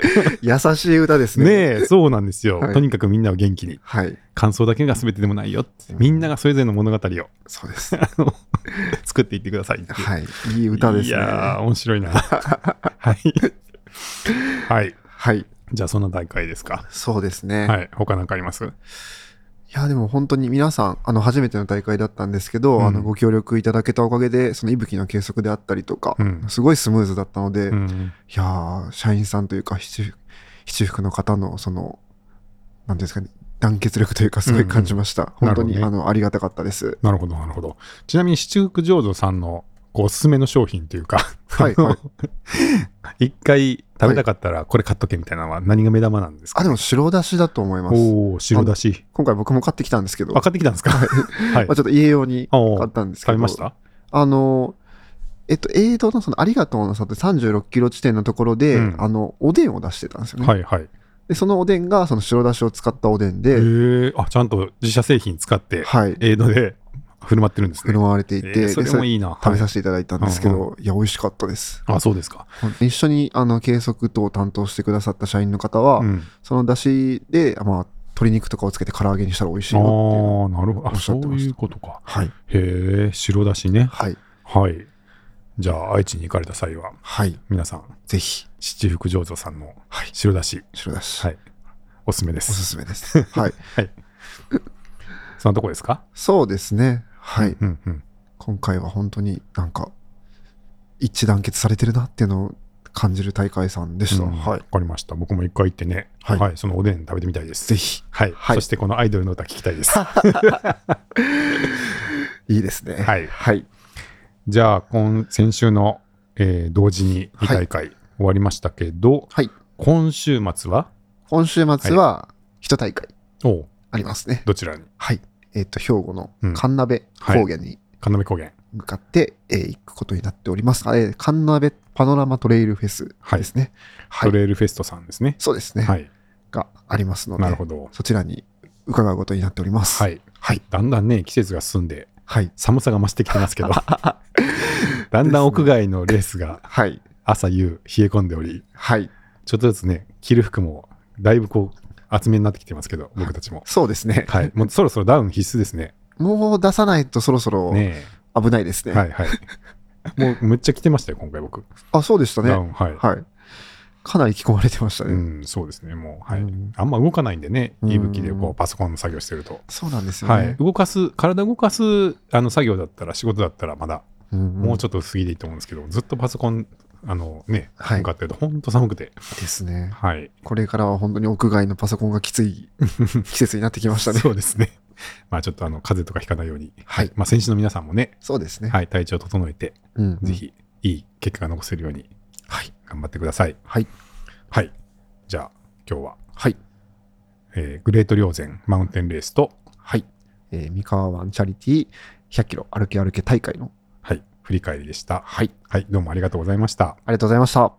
[SPEAKER 1] 優しい歌ですね。
[SPEAKER 2] ねえ、そうなんですよ、
[SPEAKER 1] はい
[SPEAKER 2] とにかくみんなを元気に、
[SPEAKER 1] はい。
[SPEAKER 2] 感想だけが全てでもないよって、みんながそれぞれの物語を
[SPEAKER 1] そうです。
[SPEAKER 2] あの 作っていってくださいっていう
[SPEAKER 1] はい。いい歌です
[SPEAKER 2] い
[SPEAKER 1] ね。
[SPEAKER 2] やー、
[SPEAKER 1] は
[SPEAKER 2] 面白 いな。はい。はい。
[SPEAKER 1] い。
[SPEAKER 2] じゃあ、そんな大会ですか。
[SPEAKER 1] そうですね。
[SPEAKER 2] はい。他なんかあります
[SPEAKER 1] いや、でも本当に皆さん、あの、初めての大会だったんですけど、
[SPEAKER 2] うん
[SPEAKER 1] あの、ご協力いただけたおかげで、その、いぶきの計測であったりとか、
[SPEAKER 2] うん
[SPEAKER 1] すごいスムーズだったので、
[SPEAKER 2] う
[SPEAKER 1] い
[SPEAKER 2] ん。
[SPEAKER 1] やー、社員さんというか、七福、七福の方の、その、なんていうんですかね、団結力というか、すごい感じました。
[SPEAKER 2] うんう
[SPEAKER 1] 本
[SPEAKER 2] ん
[SPEAKER 1] 当に、
[SPEAKER 2] なる
[SPEAKER 1] あ
[SPEAKER 2] ほ
[SPEAKER 1] の、ありがたかった です。
[SPEAKER 2] なるほど、なるほど。ちなみに、七福浄土さんのこうおすすめの商品というか、
[SPEAKER 1] はい
[SPEAKER 2] あの
[SPEAKER 1] はい
[SPEAKER 2] 一回食べたかったら、これ買っとけみたいなのは何が目玉なんですか
[SPEAKER 1] あ、でも、白だしだと思います。
[SPEAKER 2] おお白だし。
[SPEAKER 1] 今回僕も買ってきたんですけど、
[SPEAKER 2] あ、買ってきたんですか はい
[SPEAKER 1] まあ、。ちょっと家用に
[SPEAKER 2] お
[SPEAKER 1] 買
[SPEAKER 2] ー
[SPEAKER 1] ったんですけ
[SPEAKER 2] 買
[SPEAKER 1] ど、
[SPEAKER 2] いました
[SPEAKER 1] あの、えっと、エイドのその、ありがとうの里36キロ地点のところで、
[SPEAKER 2] うん
[SPEAKER 1] あの、おでんを出してたんですよね。
[SPEAKER 2] はいはい。
[SPEAKER 1] で、そのおでんが、その白だしを使ったおでん
[SPEAKER 2] え
[SPEAKER 1] で、
[SPEAKER 2] ー、あ、ちゃんと自社製品使って、
[SPEAKER 1] はい、
[SPEAKER 2] エイドで振る舞ってるんですね
[SPEAKER 1] 振る。舞われていて、
[SPEAKER 2] えーそ
[SPEAKER 1] で
[SPEAKER 2] れもいいな。
[SPEAKER 1] 食べ
[SPEAKER 2] は
[SPEAKER 1] さ
[SPEAKER 2] い
[SPEAKER 1] せていただいたんですけど、
[SPEAKER 2] う
[SPEAKER 1] いや、美味しかったです。
[SPEAKER 2] あ、そうですか。
[SPEAKER 1] 一緒に、あの、計測等を担当してくださった社員の方は、
[SPEAKER 2] うん。
[SPEAKER 1] そのだしで、まあ、鶏肉とかをつけて唐揚げにしたら美味しい
[SPEAKER 2] ああ
[SPEAKER 1] よっていう。
[SPEAKER 2] ー、なるほど。
[SPEAKER 1] お
[SPEAKER 2] あ、
[SPEAKER 1] っしゃ
[SPEAKER 2] そ
[SPEAKER 1] ってま
[SPEAKER 2] う
[SPEAKER 1] した
[SPEAKER 2] いうことか。
[SPEAKER 1] はい、
[SPEAKER 2] へえ、白だしね。
[SPEAKER 1] はい、
[SPEAKER 2] はい。じゃあ、愛知に行かれた際は、
[SPEAKER 1] はい、
[SPEAKER 2] 皆さん、
[SPEAKER 1] ぜひ、
[SPEAKER 2] 七福醸造さんの
[SPEAKER 1] はい
[SPEAKER 2] 白だし、
[SPEAKER 1] 白だし、
[SPEAKER 2] はい、おすすめで
[SPEAKER 1] おす
[SPEAKER 2] す。
[SPEAKER 1] すめ です。はい、
[SPEAKER 2] そんなとこですか
[SPEAKER 1] そうですね。はい。
[SPEAKER 2] うんうん。
[SPEAKER 1] 今回は本当になんか一致団結されてるなっていうのを感じる大会さんでした、
[SPEAKER 2] うん
[SPEAKER 1] は
[SPEAKER 2] わ
[SPEAKER 1] い
[SPEAKER 2] かりました。僕も一回行ってね、
[SPEAKER 1] はい
[SPEAKER 2] はい、そのおでん食べてみたいです。
[SPEAKER 1] ぜひ
[SPEAKER 2] はい。
[SPEAKER 1] はい
[SPEAKER 2] そして、このアイドルの歌聞きたいです。
[SPEAKER 1] いいですね
[SPEAKER 2] はい
[SPEAKER 1] はい
[SPEAKER 2] じゃあ、今、先週の、えー同時に2大会終わりましたけど、
[SPEAKER 1] はい
[SPEAKER 2] 今週末は、
[SPEAKER 1] 今週末は一大会
[SPEAKER 2] おう
[SPEAKER 1] ありますね、
[SPEAKER 2] どちらに
[SPEAKER 1] はいえっ、と兵庫の
[SPEAKER 2] うん
[SPEAKER 1] 神鍋高原に
[SPEAKER 2] 神鍋高原。
[SPEAKER 1] 向かって、えー行くことになっております、あれ神鍋パノラマトレイルフェスですねはい、
[SPEAKER 2] トレイルフェストさんですね。
[SPEAKER 1] そうですね、
[SPEAKER 2] はい。
[SPEAKER 1] がありますので
[SPEAKER 2] なるほど。
[SPEAKER 1] そちらに伺うことになっております
[SPEAKER 2] はい。
[SPEAKER 1] はい
[SPEAKER 2] だんだんね、季節が進んで、
[SPEAKER 1] はい
[SPEAKER 2] 寒さが増してきてます けど、だんだん屋外のレースが
[SPEAKER 1] はい
[SPEAKER 2] 朝夕冷え込んでおり、
[SPEAKER 1] はい
[SPEAKER 2] ちょっとずつね、着る服もだいぶこう、厚めになってきてますけど、僕たちも。
[SPEAKER 1] そうですね、
[SPEAKER 2] はい。もうそろそろダウン必須ですね。
[SPEAKER 1] もう出さないとそろそろ
[SPEAKER 2] ね
[SPEAKER 1] 危ないです
[SPEAKER 2] え
[SPEAKER 1] ね。
[SPEAKER 2] はいはい。もうむっちゃ着てましたよ、今回僕。
[SPEAKER 1] あ、そうでしたね。
[SPEAKER 2] ダ
[SPEAKER 1] は
[SPEAKER 2] ウン、はい。
[SPEAKER 1] い。かなり着込まれてましたね。
[SPEAKER 2] うん、そうですね、もう、はい
[SPEAKER 1] うん。
[SPEAKER 2] あんま動かないんでね、
[SPEAKER 1] うん
[SPEAKER 2] 息吹でこう、パソコンの作業してると。
[SPEAKER 1] そうなんですよ
[SPEAKER 2] はい、
[SPEAKER 1] ね。
[SPEAKER 2] 動かす体動かすあの作業だったら仕事だったらまだもう
[SPEAKER 1] ょ
[SPEAKER 2] ち
[SPEAKER 1] っ
[SPEAKER 2] ょっと過ぎでいいと思うんですけど、ずっとパソコン、あのね、
[SPEAKER 1] はい
[SPEAKER 2] 向かってると、本当寒くて、
[SPEAKER 1] とですね。
[SPEAKER 2] はい、
[SPEAKER 1] これからは本当に屋外のパソコンがきつ い季節になってきましたね。
[SPEAKER 2] そうですね、 まあちょっとあの風邪とかひかないように、
[SPEAKER 1] はい
[SPEAKER 2] まあ、選手の皆さんもね、
[SPEAKER 1] そうですね。
[SPEAKER 2] はい、体調整えて、
[SPEAKER 1] うん
[SPEAKER 2] ぜ。ひいい結果が残せるように
[SPEAKER 1] はい。
[SPEAKER 2] 頑張ってください。
[SPEAKER 1] はい。
[SPEAKER 2] はい、じゃあ、今日は、
[SPEAKER 1] はい。
[SPEAKER 2] えーグレート稜線マウンテンレースと、
[SPEAKER 1] はい。えー三河湾チャリティー100キロ歩け歩け大会の、
[SPEAKER 2] はい、振り返りでした。
[SPEAKER 1] はい、
[SPEAKER 2] はい、どうもありがとうございまし
[SPEAKER 1] あ
[SPEAKER 2] た。
[SPEAKER 1] りがとうございました。